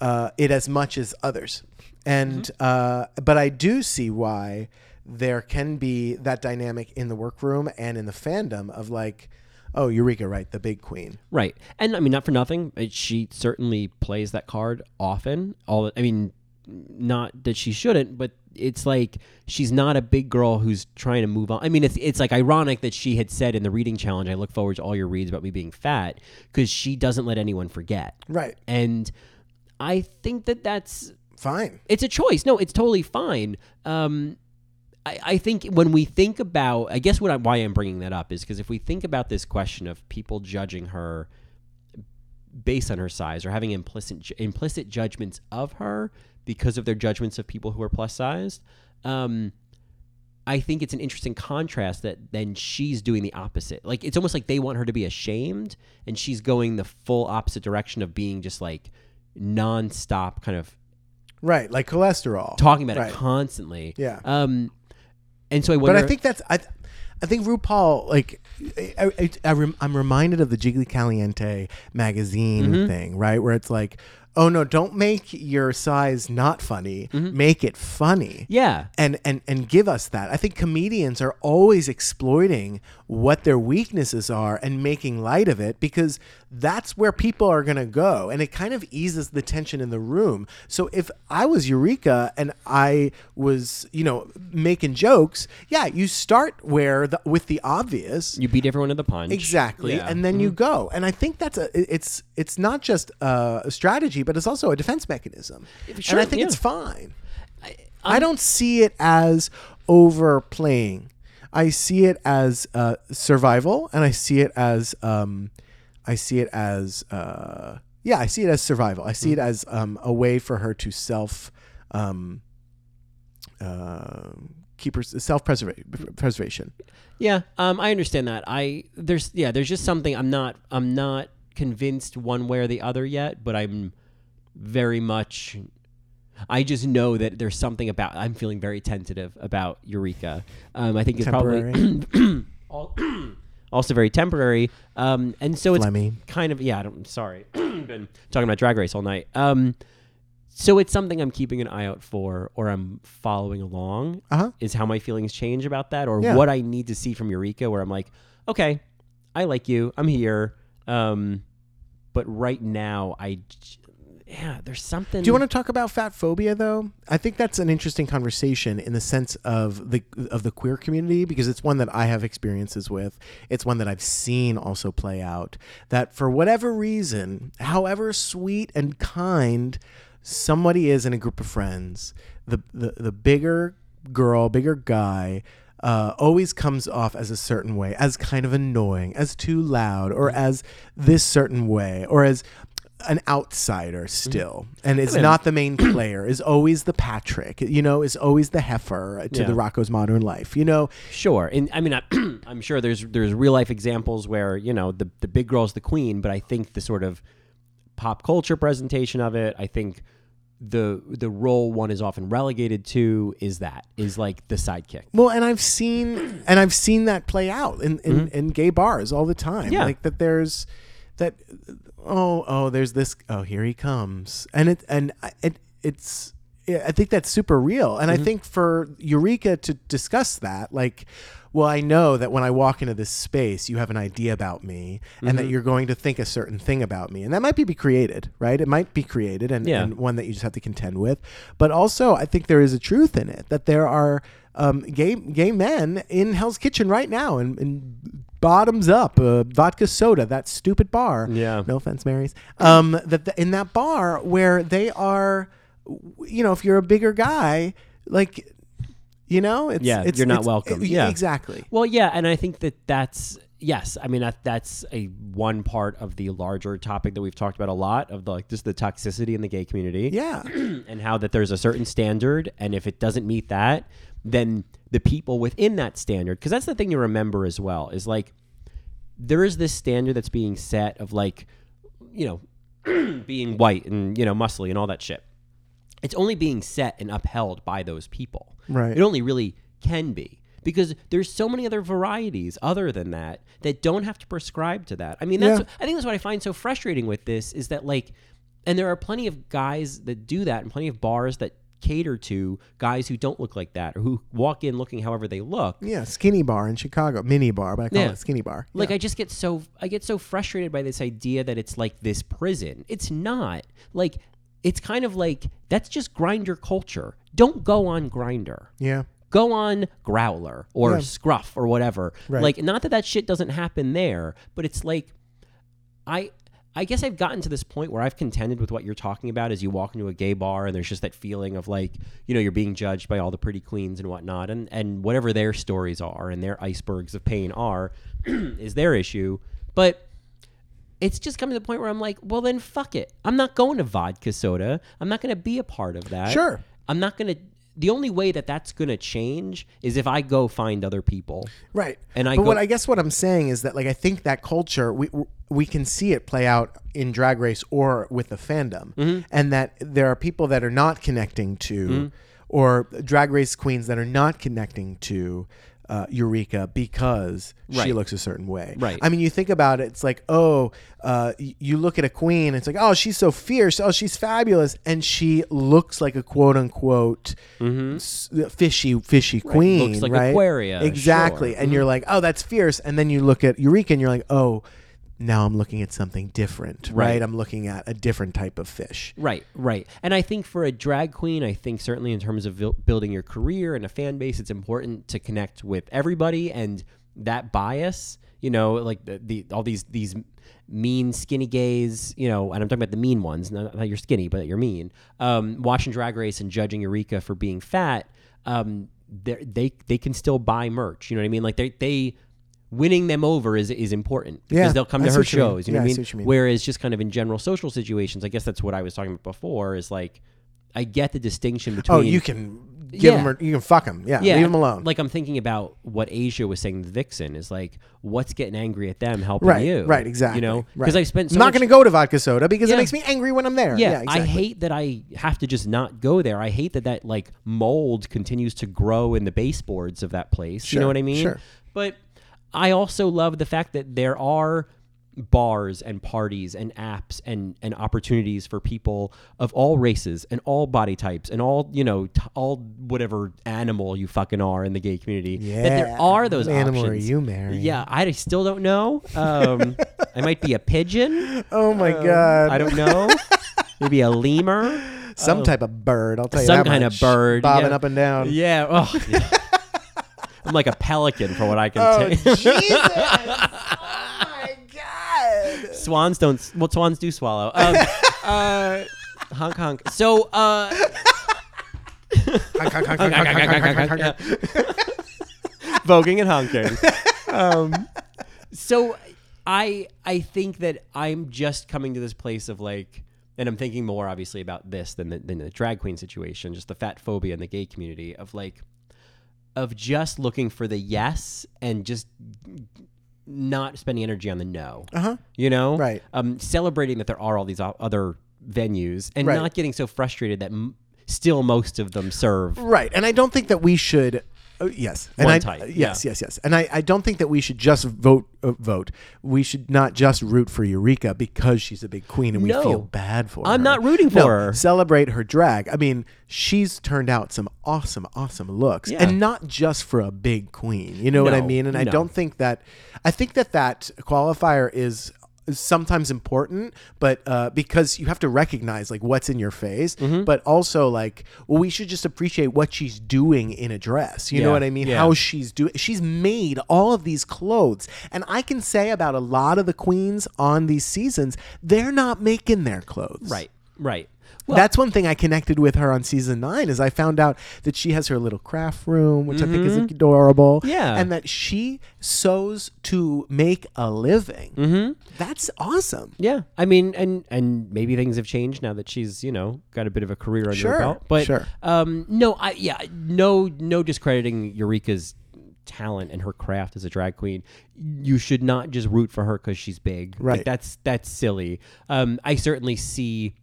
Speaker 1: uh, it as much as others and uh, but i do see why there can be that dynamic in the workroom and in the fandom of like oh eureka right the big queen
Speaker 2: Right. And I mean, not for nothing. It, she certainly plays that card often. All I mean, not that she shouldn't, but it's like she's not a big girl who's trying to move on. I mean, it's it's like ironic that she had said in the reading challenge, "I look forward to all your reads about me being fat," because she doesn't let anyone forget.
Speaker 1: right
Speaker 2: And I think that that's
Speaker 1: fine.
Speaker 2: It's a choice. No, it's totally fine. Um, I, I think when we think about, I guess what I, why I'm bringing that up is because if we think about this question of people judging her based on her size or having implicit ju- implicit judgments of her because of their judgments of people who are plus sized, um, I think it's an interesting contrast that then she's doing the opposite. Like it's almost like they want her to be ashamed, and she's going the full opposite direction of being just like nonstop kind of
Speaker 1: Right, like cholesterol.
Speaker 2: talking about
Speaker 1: Right.
Speaker 2: it constantly.
Speaker 1: Yeah.
Speaker 2: Um, and so I
Speaker 1: but
Speaker 2: wonder.
Speaker 1: I think that's I, I think RuPaul like I, I, I rem, I'm reminded of the Jiggly Caliente magazine thing, right? Where it's like, oh no, don't make your size not funny, make it funny.
Speaker 2: yeah.
Speaker 1: And, and and give us that. I think comedians are always exploiting what their weaknesses are and making light of it because that's where people are going to go and it kind of eases the tension in the room. So if I was Eureka and I was, you know, making jokes, yeah, you start where the, with the obvious
Speaker 2: You beat everyone to the punch.
Speaker 1: exactly
Speaker 2: Yeah.
Speaker 1: and then you go. And I think that's a it- it's it's not just a strategy, but it's also a defense mechanism.
Speaker 2: Sure,
Speaker 1: and I think
Speaker 2: yeah.
Speaker 1: it's fine. I don't see it as overplaying. I see it as uh, survival, and I see it as um, I see it as uh, yeah, I see it as survival. I see it
Speaker 2: Hmm.
Speaker 1: as um, a way for her to self um, uh, keep her self preservation.
Speaker 2: Yeah, um, I understand that. I there's yeah, there's just something I'm not I'm not convinced one way or the other yet, but I'm very much I just know that there's something about I'm feeling very tentative about Eureka. Um, I think it's probably al- also very temporary. Um, and so it's
Speaker 1: Flemmy.
Speaker 2: kind of yeah, I don't, I'm sorry. Been talking about drag race all night. Um, so it's something I'm keeping an eye out for or I'm following along
Speaker 1: Uh huh.
Speaker 2: is how my feelings change about that or
Speaker 1: Yeah.
Speaker 2: what I need to see from Eureka where I'm like, okay, I like you. I'm here. Um, but right now I j- yeah, there's something
Speaker 1: Do you want to talk about fat phobia though? I think that's an interesting conversation in the sense of the of the queer community because it's one that I have experiences with. It's one that I've seen also play out that for whatever reason, however sweet and kind somebody is in a group of friends, the the, the bigger girl, bigger guy uh, always comes off as a certain way, as kind of annoying, as too loud, or as this certain way, or as an outsider still, and is not the main player. Is always the Patrick, you know, is always the heifer to
Speaker 2: Yeah.
Speaker 1: the Rocco's Modern Life, you know.
Speaker 2: sure. And I mean I, I'm sure there's there's real life examples where, you know, the the big girl's the queen, but I think the sort of pop culture presentation of it, I think the the role one is often relegated to is that is like the sidekick.
Speaker 1: Well, and I've seen and I've seen that play out in in, in gay bars all the time.
Speaker 2: Mm-hmm. Yeah.
Speaker 1: like that. There's that. Oh, oh, there's this. Oh, here he comes, and it and I- it it's. yeah, I think that's super real, and
Speaker 2: Mm-hmm.
Speaker 1: I think for Eureka to discuss that, like. Well, I know that when I walk into this space, you have an idea about me, and that
Speaker 2: Mm-hmm.
Speaker 1: you're going to think a certain thing about me, and that might be, be created, right? It might be created, and,
Speaker 2: Yeah.
Speaker 1: and one that you just have to contend with. But also, I think there is a truth in it that there are um, gay gay men in Hell's Kitchen right now, and, and bottoms up uh, vodka soda, that stupid bar.
Speaker 2: Yeah.
Speaker 1: No offense, Marys. Um, that the, in that bar where they are, w- you know, if you're a bigger guy, like, you know, it's
Speaker 2: Yeah,
Speaker 1: it's,
Speaker 2: you're not
Speaker 1: it's-
Speaker 2: welcome.
Speaker 1: e-
Speaker 2: Yeah.
Speaker 1: exactly.
Speaker 2: Well, yeah, and I think that that's yes. I mean, that, that's a one part of the larger topic that we've talked about a lot of the, like just the toxicity in the gay community.
Speaker 1: Yeah.
Speaker 2: and how that there's a certain standard, and if it doesn't meet that, then the people within that standard, because that's the thing you remember as well, is like there is this standard that's being set of like, you know, being white and you know muscly and all that shit. It's only being set and upheld by those people.
Speaker 1: Right.
Speaker 2: It only really can be because there's so many other varieties other than that that don't have to prescribe to that. I mean, that's
Speaker 1: Yeah.
Speaker 2: I think that's what I find so frustrating with this is that like, and there are plenty of guys that do that and plenty of bars that cater to guys who don't look like that or who walk in looking however they look.
Speaker 1: Yeah, skinny bar in Chicago, mini bar, but I call
Speaker 2: Yeah.
Speaker 1: it skinny bar.
Speaker 2: Like I just get so I get so frustrated by this idea that it's like this prison. It's not. Like it's kind of like that's just grinder culture. Don't go on grinder.
Speaker 1: yeah,
Speaker 2: Go on Growler or Scruff or whatever.
Speaker 1: Right.
Speaker 2: Like not that that shit doesn't happen there, but it's like I I guess I've gotten to this point where I've contended with what you're talking about as you walk into a gay bar and there's just that feeling of like, you know, you're being judged by all the pretty queens and whatnot and, and whatever their stories are and their icebergs of pain are is their issue. But it's just come to the point where I'm like, well then fuck it. I'm not going to vodka soda. I'm not going to be a part of that.
Speaker 1: Sure.
Speaker 2: I'm not going to the only way that that's going to change is if I go find other people.
Speaker 1: Right.
Speaker 2: And I
Speaker 1: but
Speaker 2: go-
Speaker 1: what I guess what I'm saying is that like I think that culture we we can see it play out in drag race or with the fandom
Speaker 2: Mm-hmm.
Speaker 1: and that there are people that are not connecting to or drag race queens that are not connecting to uh, Eureka because she
Speaker 2: Right.
Speaker 1: looks a certain way.
Speaker 2: Right.
Speaker 1: I mean, you think about it. It's like, oh, uh, y- you look at a queen. It's like, oh, she's so fierce. Oh, she's fabulous, and she looks like a quote unquote s- fishy, fishy queen.
Speaker 2: Mm-hmm. Looks like
Speaker 1: right?
Speaker 2: Aquaria,
Speaker 1: Exactly.
Speaker 2: sure.
Speaker 1: And you're like, oh, that's fierce. And then you look at Eureka, and you're like, oh, now I'm looking at something different. Right.
Speaker 2: Right.
Speaker 1: I'm looking at a different type of fish.
Speaker 2: Right, right. And I think for a drag queen, I think certainly in terms of vil- building your career and a fan base, it's important to connect with everybody and that bias, you know, like the, the all these these mean skinny gays, you know, and I'm talking about the mean ones, not that you're skinny, but that you're mean. Um, watching Drag Race and judging Eureka for being fat, um, they're- they they can still buy merch. You know what I mean? Like they they winning them over is is important because
Speaker 1: Yeah,
Speaker 2: they'll come
Speaker 1: I
Speaker 2: to
Speaker 1: see
Speaker 2: her
Speaker 1: what you mean.
Speaker 2: shows. You know
Speaker 1: Yeah, I
Speaker 2: what I
Speaker 1: see what you mean.
Speaker 2: Whereas just kind of in general social situations, I guess that's what I was talking about before. Is like I get the distinction between.
Speaker 1: Oh, you can give
Speaker 2: Yeah.
Speaker 1: them, or you can fuck them. Yeah, leave them alone.
Speaker 2: Like I'm thinking about what Asia was saying. to Vixen is like, what's getting angry at them helping
Speaker 1: right,
Speaker 2: you?
Speaker 1: right, exactly.
Speaker 2: You know,
Speaker 1: Right.
Speaker 2: because I spent so
Speaker 1: I'm not
Speaker 2: much-
Speaker 1: going to go to vodka soda because it
Speaker 2: Yeah.
Speaker 1: makes me angry when I'm there.
Speaker 2: Yeah,
Speaker 1: Yeah, exactly.
Speaker 2: I hate that I have to just not go there. I hate that that like mold continues to grow in the baseboards of that place. you
Speaker 1: Sure,
Speaker 2: know what I mean?
Speaker 1: sure.
Speaker 2: But I also love the fact that there are bars and parties and apps and and opportunities for people of all races and all body types and all you know t- all whatever animal you fucking are in the gay community that
Speaker 1: Yeah.
Speaker 2: there are those
Speaker 1: What animal
Speaker 2: options.
Speaker 1: are you, Mary?
Speaker 2: yeah i still don't know um i might be a pigeon
Speaker 1: Oh my
Speaker 2: um,
Speaker 1: god!
Speaker 2: I don't know. Maybe a lemur.
Speaker 1: some type of bird. I'll tell you
Speaker 2: Some
Speaker 1: that
Speaker 2: kind of
Speaker 1: much.
Speaker 2: bird,
Speaker 1: bobbing
Speaker 2: yeah.
Speaker 1: up and down.
Speaker 2: Yeah. Oh, yeah. I'm like a pelican for what I can
Speaker 1: Oh
Speaker 2: tell.
Speaker 1: Jesus! oh my god!
Speaker 2: swans don't. s- Well, swans do swallow. Um, uh, honk honk. So. Uh, voguing and honking. Um, so I I think that I'm just coming to this place of like, and I'm thinking more obviously about this than the, than the drag queen situation, just the fat phobia in the gay community of like, of just looking for the yes and just not spending energy on the no.
Speaker 1: Uh-huh.
Speaker 2: You know,
Speaker 1: Right.
Speaker 2: Um, celebrating that there are all these o- other venues and
Speaker 1: Right.
Speaker 2: not getting so frustrated that m- still most of them serve
Speaker 1: Right, and I don't think that we should. Uh, yes, and
Speaker 2: One
Speaker 1: I,
Speaker 2: type,
Speaker 1: Yes, yes, yes, and I, I don't think that we should just vote. Uh, vote. We should not just root for Eureka because she's a big queen and we
Speaker 2: No.
Speaker 1: feel bad for her.
Speaker 2: I'm not rooting
Speaker 1: No,
Speaker 2: for her.
Speaker 1: Celebrate her drag. I mean, she's turned out some awesome, awesome looks,
Speaker 2: Yeah.
Speaker 1: and not just for a big queen. You know what I
Speaker 2: No,
Speaker 1: mean? And I
Speaker 2: no.
Speaker 1: don't think that. I think that that qualifier is is sometimes important but uh, because you have to recognize like what's in your face
Speaker 2: Mm-hmm.
Speaker 1: but also like well we should just appreciate what she's doing in a dress you know
Speaker 2: Yeah,
Speaker 1: what i mean
Speaker 2: yeah.
Speaker 1: how she's doing she's made all of these clothes and i can say about a lot of the queens on these seasons they're not making their clothes
Speaker 2: Right, right. Well,
Speaker 1: That's one thing I connected with her on season nine is I found out that she has her little craft room, which I think is adorable.
Speaker 2: Mm-hmm. Yeah.
Speaker 1: And that she sews to make a living. Mm-hmm. That's awesome.
Speaker 2: yeah. I mean, and and maybe things have changed now that she's you know got a bit of a career under
Speaker 1: Sure,
Speaker 2: her belt. But
Speaker 1: sure.
Speaker 2: um, no, I yeah, no, no discrediting Eureka's talent and her craft as a drag queen. You should not just root for her because she's big. Like,
Speaker 1: Right.
Speaker 2: that's that's silly. Um, I certainly see.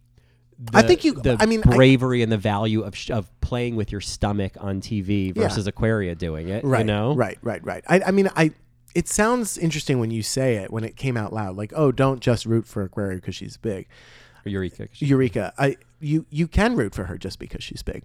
Speaker 2: The,
Speaker 1: I think you-
Speaker 2: The
Speaker 1: I mean, I-
Speaker 2: bravery and the value of sh- of playing with your stomach on TV
Speaker 1: Yeah.
Speaker 2: versus Aquaria doing it.
Speaker 1: Right.
Speaker 2: You know.
Speaker 1: Right, right, right. I, I mean, I. It sounds interesting when you say it when it came out loud, like, "Oh, don't just root for Aquaria because she's big."
Speaker 2: Eureka.
Speaker 1: Eureka, I you you can root for her just because she's big.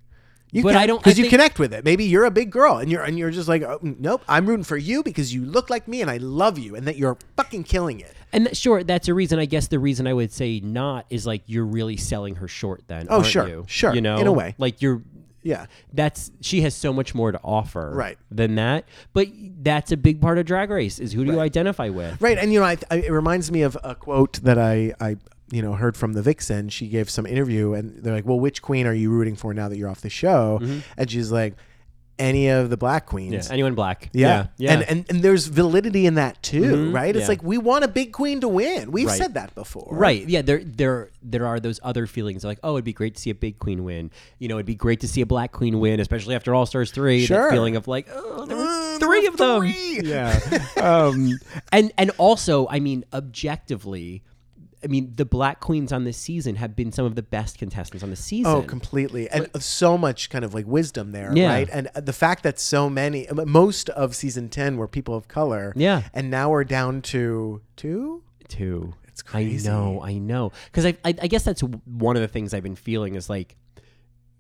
Speaker 1: You
Speaker 2: But
Speaker 1: can,
Speaker 2: I don't- I
Speaker 1: because you
Speaker 2: think-
Speaker 1: connect with it. Maybe you're a big girl and you're and you're just like, oh, nope, I'm rooting for you because you look like me and I love you and that you're fucking killing it.
Speaker 2: And th- sure, that's a reason. I guess the reason I would say not is like you're really selling her short. Then, oh
Speaker 1: sure,
Speaker 2: you?
Speaker 1: sure,
Speaker 2: you know,
Speaker 1: in a way.
Speaker 2: like you're
Speaker 1: Yeah.
Speaker 2: That's she has so much more to offer
Speaker 1: Right.
Speaker 2: than that. But that's a big part of drag race is who do you identify with?
Speaker 1: Right, and you know, I, I, it reminds me of a quote that I, I, you know, heard from the Vixen. She gave some interview, and they're like, "Well, which queen are you rooting for now that you're off the show?" And she's like, "Any of the black
Speaker 2: Mm-hmm. Yeah.
Speaker 1: queens."
Speaker 2: Anyone black.
Speaker 1: Yeah.
Speaker 2: Yeah.
Speaker 1: And, and and there's validity in that too,
Speaker 2: Mhm.
Speaker 1: right? It's
Speaker 2: Yeah.
Speaker 1: like we want a big queen to win. We've
Speaker 2: Right.
Speaker 1: said that before.
Speaker 2: Right. Yeah. There, there, there are those other feelings like, oh, it'd be great to see a big queen win. You know, it'd be great to see a black queen win, especially after All Stars three.
Speaker 1: Sure.
Speaker 2: That feeling of like, oh, there were
Speaker 1: Uh,
Speaker 2: three of them.
Speaker 1: three.
Speaker 2: Yeah. um, and and also, I mean, objectively, I mean, the black queens on this season have been some of the best contestants on the season.
Speaker 1: Oh, completely. And so much kind of like wisdom there,
Speaker 2: Yeah.
Speaker 1: right? And the fact that so many, most of season 10 were people of color.
Speaker 2: Yeah.
Speaker 1: And now we're down to two?
Speaker 2: too. It's
Speaker 1: crazy.
Speaker 2: I know, I know. Because I, I, I guess that's w- one of the things I've been feeling is like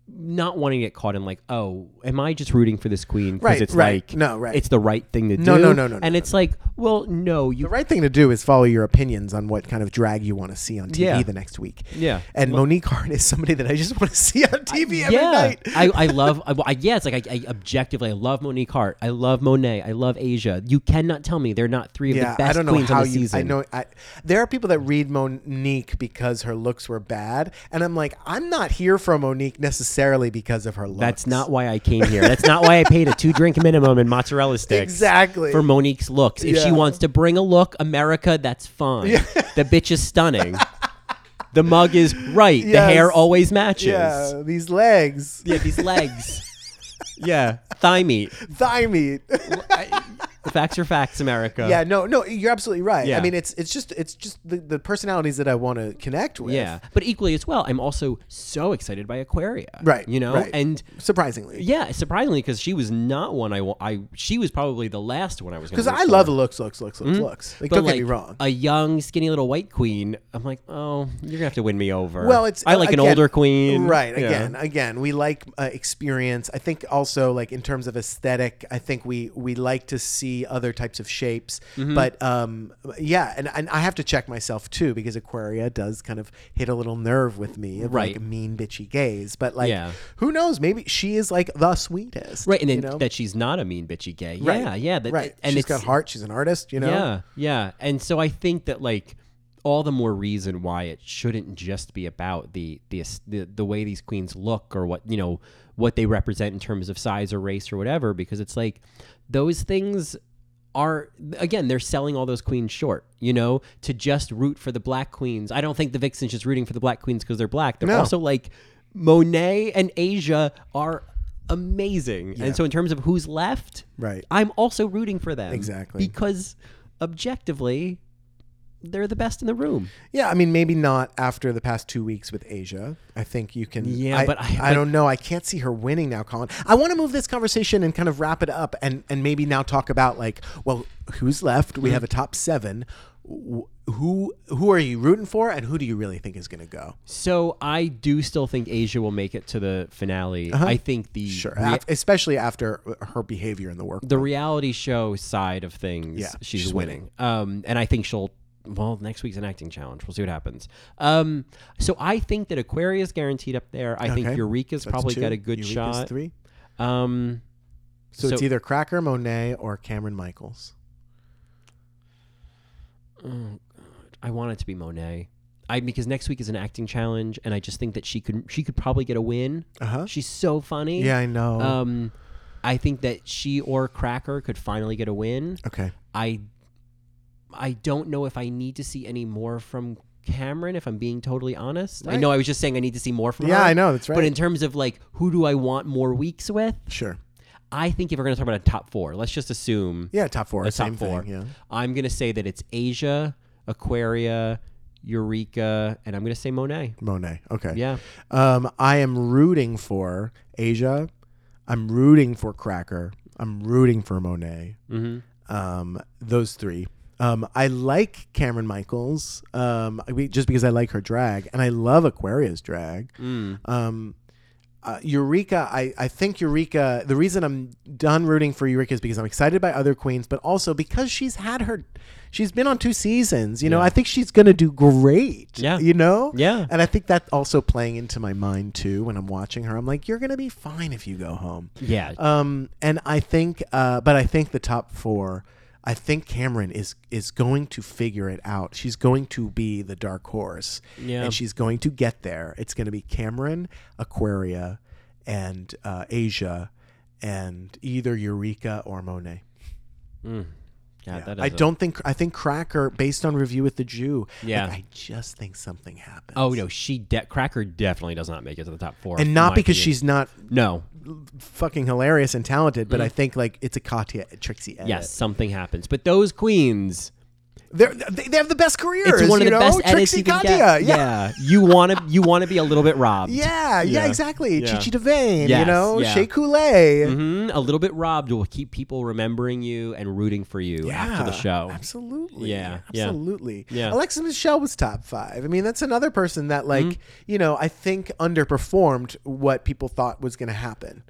Speaker 2: not wanting to get caught in like, oh, am I just rooting for this queen? Because
Speaker 1: Right,
Speaker 2: it's
Speaker 1: right.
Speaker 2: like,
Speaker 1: No, right.
Speaker 2: It's the right thing to
Speaker 1: No,
Speaker 2: do.
Speaker 1: no, no, no, no,
Speaker 2: And it's like, well, no, you.
Speaker 1: The right thing to do is follow your opinions on what kind of drag you want to see on TV
Speaker 2: Yeah.
Speaker 1: the next week.
Speaker 2: Yeah.
Speaker 1: And Monique Hart is somebody that I just want to see on TV every
Speaker 2: yeah,
Speaker 1: night.
Speaker 2: I, I love. I, I- yeah, it's like I, I objectively, I love Monique Hart. I love Monet. I love Asia. You cannot tell me they're not three of
Speaker 1: Yeah,
Speaker 2: the best
Speaker 1: I don't know
Speaker 2: queens
Speaker 1: how
Speaker 2: on the
Speaker 1: you.
Speaker 2: season.
Speaker 1: I know. I, there are people that read Monique because her looks were bad, and I'm like, I'm not here for Monique necessarily because of her looks.
Speaker 2: That's not why I came here. That's not why I paid a two drink minimum and mozzarella sticks.
Speaker 1: Exactly.
Speaker 2: For Monique's looks. If
Speaker 1: Yeah.
Speaker 2: she wants to bring a look, America, that's fine. The bitch is stunning. the mug is right. The hair
Speaker 1: Yes.
Speaker 2: always matches.
Speaker 1: Yeah, these legs,
Speaker 2: Yeah, these legs. yeah. Thigh meat.
Speaker 1: thigh meat.
Speaker 2: I- facts are facts, America.
Speaker 1: yeah, no, no, you're absolutely right. I
Speaker 2: Yeah.
Speaker 1: mean, it's it's just it's just the, the personalities that I want to connect with.
Speaker 2: Yeah. But equally as well, I'm also so excited by Aquaria.
Speaker 1: Right,
Speaker 2: You know?
Speaker 1: right.
Speaker 2: And
Speaker 1: surprisingly,
Speaker 2: yeah, surprisingly, because she was not one I, wa- I she was probably the last one I was going
Speaker 1: because I love looks, looks, looks, looks, looks. Like,
Speaker 2: Mm-hmm. But
Speaker 1: don't
Speaker 2: like
Speaker 1: get me wrong.
Speaker 2: a young, skinny little white queen, I'm like, oh, you're gonna have to win me over.
Speaker 1: Well, it's
Speaker 2: I like
Speaker 1: again-
Speaker 2: an older queen,
Speaker 1: right?
Speaker 2: Yeah.
Speaker 1: Again, again, we like uh, experience. I think also like in terms of aesthetic, I think we we like to see other types of shapes.
Speaker 2: Mm-hmm.
Speaker 1: But um, yeah, and, and I have to check myself too because Aquaria does kind of hit a little nerve with me, of like
Speaker 2: Right.
Speaker 1: mean bitchy gaze. But like,
Speaker 2: Yeah.
Speaker 1: who knows? Maybe she is like the sweetest,
Speaker 2: right, and
Speaker 1: you
Speaker 2: then
Speaker 1: know?
Speaker 2: that she's not a mean bitchy gay.
Speaker 1: Right.
Speaker 2: Yeah, yeah, that,
Speaker 1: right.
Speaker 2: And
Speaker 1: she's
Speaker 2: it's
Speaker 1: got heart. She's an artist. You know.
Speaker 2: yeah, yeah, and so I think that like all the more reason why it shouldn't just be about the the aes- the, the way these queens look or what you know what they represent in terms of size or race or whatever, because it's like those things are again they're selling all those queens short you know to just root for the black queens i don't think the vixen's just rooting for the black queens because they're black they're
Speaker 1: No.
Speaker 2: also like monet and asia are amazing and so in terms of who's left
Speaker 1: Right.
Speaker 2: i'm also rooting for them
Speaker 1: Exactly.
Speaker 2: because objectively they're the best in the room
Speaker 1: Yeah, I mean, maybe not after the past two weeks with Asia. I think you can.
Speaker 2: Yeah, but I-
Speaker 1: I don't know. I can't see her winning now, Colin. I want to move this conversation and kind of wrap it up, and and maybe now talk about like, well, who's left?
Speaker 2: Mm-hmm.
Speaker 1: We have a top seven. Wh- Who who are you rooting for, and who do you really think is going to go?
Speaker 2: so i do still think asia will make it to the finale i think the
Speaker 1: Uh-huh. Sure,
Speaker 2: rea-
Speaker 1: Af- especially after uh, her behavior in the work.
Speaker 2: the reality show side of things,
Speaker 1: Yeah,
Speaker 2: she's,
Speaker 1: she's
Speaker 2: winning. Um, and I think she'll. Well, next week's an acting challenge. We'll see what happens. Um, so I think that Aquarius guaranteed up there. I
Speaker 1: Okay.
Speaker 2: think Eureka's
Speaker 1: That's
Speaker 2: probably
Speaker 1: two.
Speaker 2: got a good
Speaker 1: Eureka's
Speaker 2: shot.
Speaker 1: Three.
Speaker 2: Um,
Speaker 1: So, it's
Speaker 2: So-
Speaker 1: either Cracker Monet or Cameron Michaels.
Speaker 2: oh, God. I want it to be Monet. I because next week is an acting challenge, and I just think that she could she could probably get a win.
Speaker 1: Uh huh.
Speaker 2: She's so funny.
Speaker 1: Yeah, I know.
Speaker 2: Uh-huh. Um, I think that she or Cracker could finally get a win.
Speaker 1: okay.
Speaker 2: I I don't know if I need to see any more from Cameron if I'm being totally honest. I
Speaker 1: Right.
Speaker 2: know I was just saying I need to see more from
Speaker 1: Yeah,
Speaker 2: her.
Speaker 1: I know. That's right.
Speaker 2: But in terms of like who do I want more weeks with?
Speaker 1: sure.
Speaker 2: I think if we're going to talk about a top 4, let's just assume
Speaker 1: Yeah, top four.
Speaker 2: a top
Speaker 1: same
Speaker 2: 4.
Speaker 1: Thing, yeah.
Speaker 2: I'm going to say that it's Asia, Aquaria, Eureka, and I'm going to say Monet.
Speaker 1: Monet. Okay.
Speaker 2: Yeah.
Speaker 1: Um, I am rooting for Asia. I'm rooting for Cracker. I'm rooting for Monet.
Speaker 2: Mhm.
Speaker 1: Um, those three. Um, I like Cameron Michaels. Um, I- we- just because I like her drag, and I love Aquaria's drag.
Speaker 2: Mm.
Speaker 1: Um, uh, Eureka, I, I think Eureka, the reason I'm done rooting for Eureka is because I'm excited by other queens, but also because she's had her, she's been on two seasons. You know, I think she's going to do great.
Speaker 2: Yeah.
Speaker 1: You know?
Speaker 2: Yeah.
Speaker 1: And I think that also playing into my mind too when I'm watching her. I'm like, you're going to be fine if you go home.
Speaker 2: Yeah.
Speaker 1: Um, and I think, uh, but I think the top four, I think Cameron is is going to figure it out. She's going to be the dark horse,
Speaker 2: Yeah.
Speaker 1: and she's going to get there. It's going to be Cameron, Aquaria, and uh, Asia, and either Eureka or Monet.
Speaker 2: God, that is
Speaker 1: I
Speaker 2: a-
Speaker 1: don't think I think Cracker, based on review with the Jew.
Speaker 2: Yeah.
Speaker 1: like, I just think something happened.
Speaker 2: Oh no, she de- Cracker definitely does not make it to the top four,
Speaker 1: and not
Speaker 2: my
Speaker 1: because
Speaker 2: opinion.
Speaker 1: she's not
Speaker 2: no.
Speaker 1: fucking hilarious and talented, but I think like it's a Katya Trixie edit.
Speaker 2: Mm-hmm. Yes, something happens, but those queens,
Speaker 1: They're, they they have the best careers.
Speaker 2: it's one of
Speaker 1: you know?
Speaker 2: the best edits
Speaker 1: Trixie
Speaker 2: you can
Speaker 1: Katya.
Speaker 2: get.
Speaker 1: Yeah.
Speaker 2: you want to you want to be a little bit robbed.
Speaker 1: Yeah, yeah,
Speaker 2: Yeah.
Speaker 1: exactly.
Speaker 2: Yeah.
Speaker 1: Chichi Devane, you
Speaker 2: Yes,
Speaker 1: know,
Speaker 2: yeah.
Speaker 1: Shea Coulee.
Speaker 2: hmm a little bit robbed will keep people remembering you and rooting for you after the show.
Speaker 1: Absolutely.
Speaker 2: Yeah, yeah.
Speaker 1: Absolutely.
Speaker 2: Yeah. Mm-hmm.
Speaker 1: Alexa Michelle was top five. I mean, that's another person that, like, you know, I think underperformed what people thought was going to happen.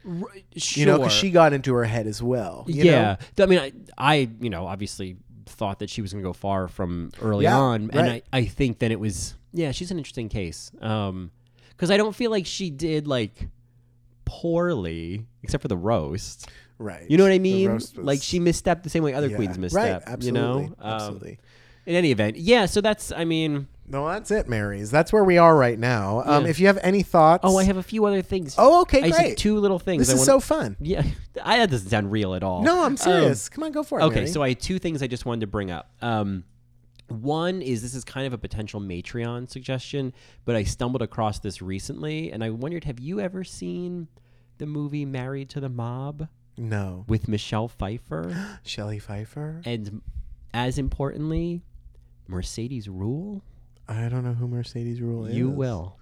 Speaker 2: Sure.
Speaker 1: You know, because she got into her head as well. you know?
Speaker 2: yeah. Th- I mean, I, I, you know, obviously thought that she was going to go far from early
Speaker 1: Yeah,
Speaker 2: on. And I,
Speaker 1: right.
Speaker 2: I think then it was, yeah, she's an interesting case. Um, cause I don't feel like she did like poorly except for the roast.
Speaker 1: Right.
Speaker 2: You know what I
Speaker 1: The
Speaker 2: mean?
Speaker 1: roast was-
Speaker 2: Like she misstepped the same way other
Speaker 1: yeah.
Speaker 2: queens
Speaker 1: Right.
Speaker 2: misstep.
Speaker 1: Absolutely.
Speaker 2: You know? Um,
Speaker 1: absolutely.
Speaker 2: In any event. Yeah. So that's, I mean,
Speaker 1: No, that's it, Marys. That's where we are right now. Um,
Speaker 2: Yeah.
Speaker 1: If you have any thoughts.
Speaker 2: oh, I have a few other things.
Speaker 1: Oh, okay,
Speaker 2: I just had
Speaker 1: great.
Speaker 2: two little things.
Speaker 1: This
Speaker 2: I
Speaker 1: is so
Speaker 2: wanna-
Speaker 1: fun.
Speaker 2: Yeah, I, that doesn't sound real at all.
Speaker 1: No, I'm
Speaker 2: Um,
Speaker 1: serious. Come on, go for it.
Speaker 2: Okay,
Speaker 1: Mary.
Speaker 2: so I had two things I just wanted to bring up. Um, one is this is kind of a potential Matreon suggestion, but I stumbled across this recently, and I wondered, have you ever seen the movie Married to the Mob
Speaker 1: no,
Speaker 2: with Michelle Pfeiffer
Speaker 1: Shelly Pfeiffer.
Speaker 2: and, as importantly, Mercedes Rule?
Speaker 1: I don't know who Mercedes Rule is.
Speaker 2: You will.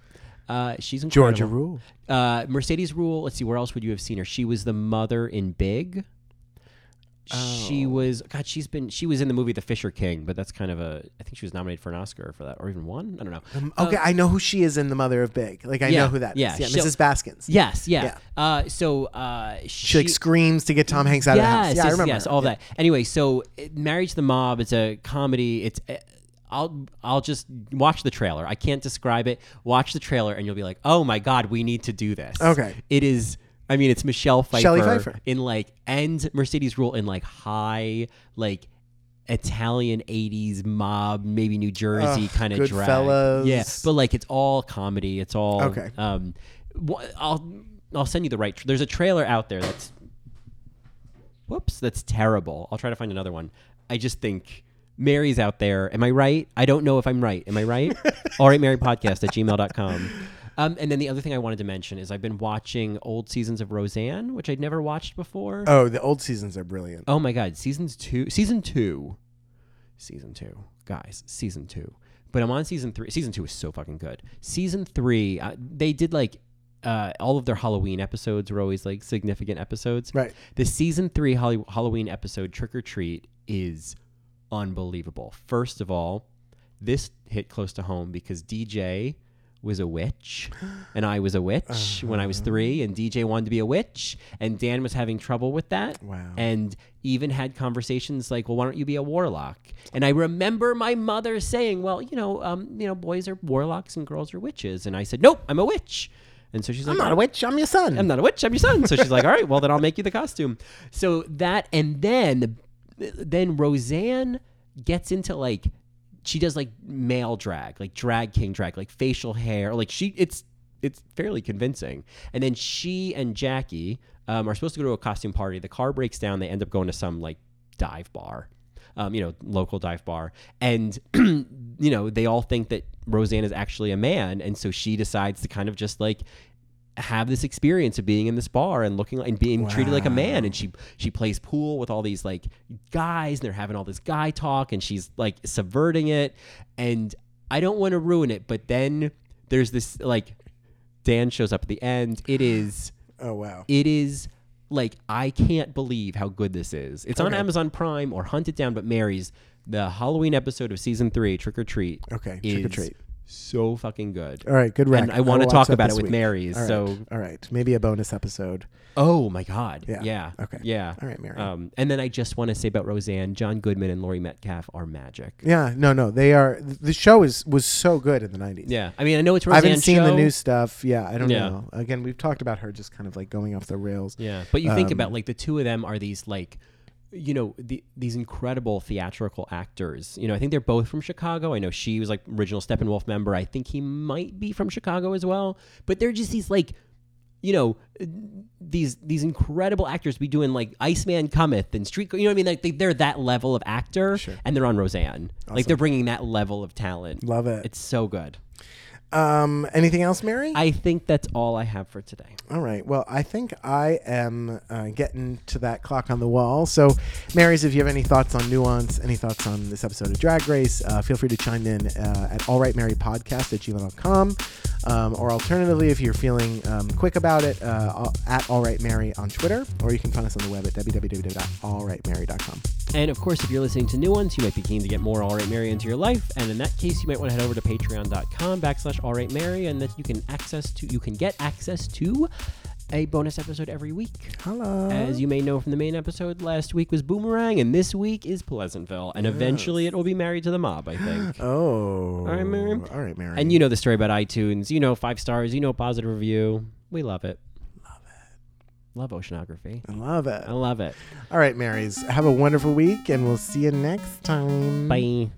Speaker 2: Uh, she's incredible.
Speaker 1: Georgia Rule.
Speaker 2: uh, Mercedes Rule. Let's see, where else would you have seen her? She was the mother in Big. She
Speaker 1: Oh.
Speaker 2: was God. She's been. She was in the movie The Fisher King, but that's kind of a. I think she was nominated for an Oscar for that, or even one. I don't know.
Speaker 1: Um, okay, I know who she is in The Mother of Big. Like I
Speaker 2: Yeah,
Speaker 1: know who that is.
Speaker 2: yeah,
Speaker 1: yeah,
Speaker 2: she'll-
Speaker 1: Mrs. Baskins.
Speaker 2: Yes. Yeah. Uh, so uh,
Speaker 1: She like screams to get Tom Hanks out of the house.
Speaker 2: yes,
Speaker 1: Yeah, I
Speaker 2: yes,
Speaker 1: remember.
Speaker 2: yes,
Speaker 1: her.
Speaker 2: all that. Anyway, so uh, Married to the Mob, it's a comedy. It's uh, I'll I'll just watch the trailer. I can't describe it. Watch the trailer and you'll be like, "Oh my god, we need to do this."
Speaker 1: Okay.
Speaker 2: It is I mean, it's Michelle Pfeiffer,
Speaker 1: Shelley Pfeiffer.
Speaker 2: in like and Mercedes Rule in like high like Italian 80s mob, maybe New Jersey
Speaker 1: Ugh,
Speaker 2: kind of drag.
Speaker 1: Goodfellas.
Speaker 2: Yeah, but like it's all comedy. It's all
Speaker 1: Okay.
Speaker 2: Um, wh- I'll I'll send you the right. Tra- There's a trailer out there that's Whoops, that's terrible. I'll try to find another one. I just think Mary's out there. Am I right? I don't know if I'm right. Am I right? All right, Mary Podcast at gmail.com. Um, and then the other thing I wanted to mention is I've been watching old seasons of Roseanne, which I'd never watched before.
Speaker 1: Oh, the old seasons are brilliant.
Speaker 2: Oh my god, seasons two, season two, season two, guys, season two. But I'm on season three. Season two is so fucking good. Season three, uh, they did like uh, all of their Halloween episodes were always like significant episodes.
Speaker 1: Right.
Speaker 2: The season three Hall- Halloween episode Trick or Treat is unbelievable. First of all, this hit close to home because DJ was a witch and I was a witch when I was
Speaker 1: Uh-huh.
Speaker 2: three, and DJ wanted to be a witch, and Dan was having trouble with that
Speaker 1: Wow.
Speaker 2: and even had conversations like, "Well, why don't you be a warlock?" And I remember my mother saying, "Well, you know, um, you know, boys are warlocks and girls are witches," and I said, "Nope, I'm a witch." And so she's like,
Speaker 1: I'm not a witch. I'm your son.
Speaker 2: I'm not a witch. I'm your son. So she's like, all right, well then I'll make you the costume. So that and then then Roseanne gets into like she does like male drag, like drag king drag, like facial hair, like she it's it's fairly convincing. And then she and Jackie um, are supposed to go to a costume party. The car breaks down. They end up going to some like dive bar, um, you know, local dive bar. And, you know, they all think that Roseanne is actually a man. And so she decides to kind of just like have this experience of being in this bar and looking and being treated like a man and she she plays pool with all these like guys and they're having all this guy talk and she's like subverting it and I don't want to ruin it but then there's this like Dan shows up at the end it is
Speaker 1: oh wow.
Speaker 2: it is like I can't believe how good this is. It's on
Speaker 1: Okay.
Speaker 2: Amazon Prime or Hunt It Down, but Mary's the Halloween episode of season three, Trick or Treat.
Speaker 1: Okay,
Speaker 2: is
Speaker 1: Trick or Treat.
Speaker 2: so fucking good.
Speaker 1: All right, good rec.
Speaker 2: And I want to
Speaker 1: will watch
Speaker 2: talk
Speaker 1: that
Speaker 2: about
Speaker 1: this
Speaker 2: it with
Speaker 1: week.
Speaker 2: Mary's.
Speaker 1: All right,
Speaker 2: So,
Speaker 1: all right, maybe a bonus episode.
Speaker 2: oh my god,
Speaker 1: Yeah.
Speaker 2: yeah,
Speaker 1: Okay.
Speaker 2: yeah.
Speaker 1: All right, Mary.
Speaker 2: Um, and then I just want to say about Roseanne, John Goodman and Laurie Metcalf are magic.
Speaker 1: yeah, no, no, they are. The show is was so good in the nineties.
Speaker 2: Yeah, I mean, I know it's
Speaker 1: I
Speaker 2: Roseanne.
Speaker 1: haven't seen the
Speaker 2: show.
Speaker 1: new stuff. Yeah, I don't
Speaker 2: Yeah.
Speaker 1: know. Again, we've talked about her just kind of like going off the rails.
Speaker 2: Yeah, but you think
Speaker 1: Um,
Speaker 2: about like the two of them are these like, you know, the, these incredible theatrical actors. You know, I think they're both from Chicago. I know she was like original Steppenwolf member. I think he might be from Chicago as well. But they're just these like, you know, these these incredible actors be doing like Iceman Cometh and Street. You know what I mean? Like they, they're that level of actor,
Speaker 1: Sure.
Speaker 2: and they're on Roseanne. Like they're bringing that level of talent.
Speaker 1: Love it.
Speaker 2: It's so good.
Speaker 1: Um, anything else, Mary?
Speaker 2: I think that's all I have for today.
Speaker 1: All right. Well, I think I am uh, getting to that clock on the wall. So, Marys, if you have any thoughts on nuance, any thoughts on this episode of Drag Race, uh, feel free to chime in uh, at allrightmarypodcast at gmail.com. Um, or alternatively, if you're feeling um, quick about it, uh, at allrightmary on Twitter, or you can find us on the web at www.allrightmary.com.
Speaker 2: And of course, if you're listening to new ones, you might be keen to get more All Right Mary into your life. And in that case, you might want to head over to patreon.com backslash All Right Mary, and that you can access to you can get access to a bonus episode every week.
Speaker 1: Hello.
Speaker 2: As you may know from the main episode, last week was Boomerang, and this week is Pleasantville. And eventually it will be married to the mob, I think.
Speaker 1: Oh. All
Speaker 2: right, Mary.
Speaker 1: All right, Mary.
Speaker 2: and you know the story about iTunes. You know five stars, you know positive review. We love it. Love it. Love oceanography.
Speaker 1: I love it.
Speaker 2: I love it. Mm.
Speaker 1: All right, Marys, have a wonderful week, and we'll see you next time.
Speaker 2: Bye.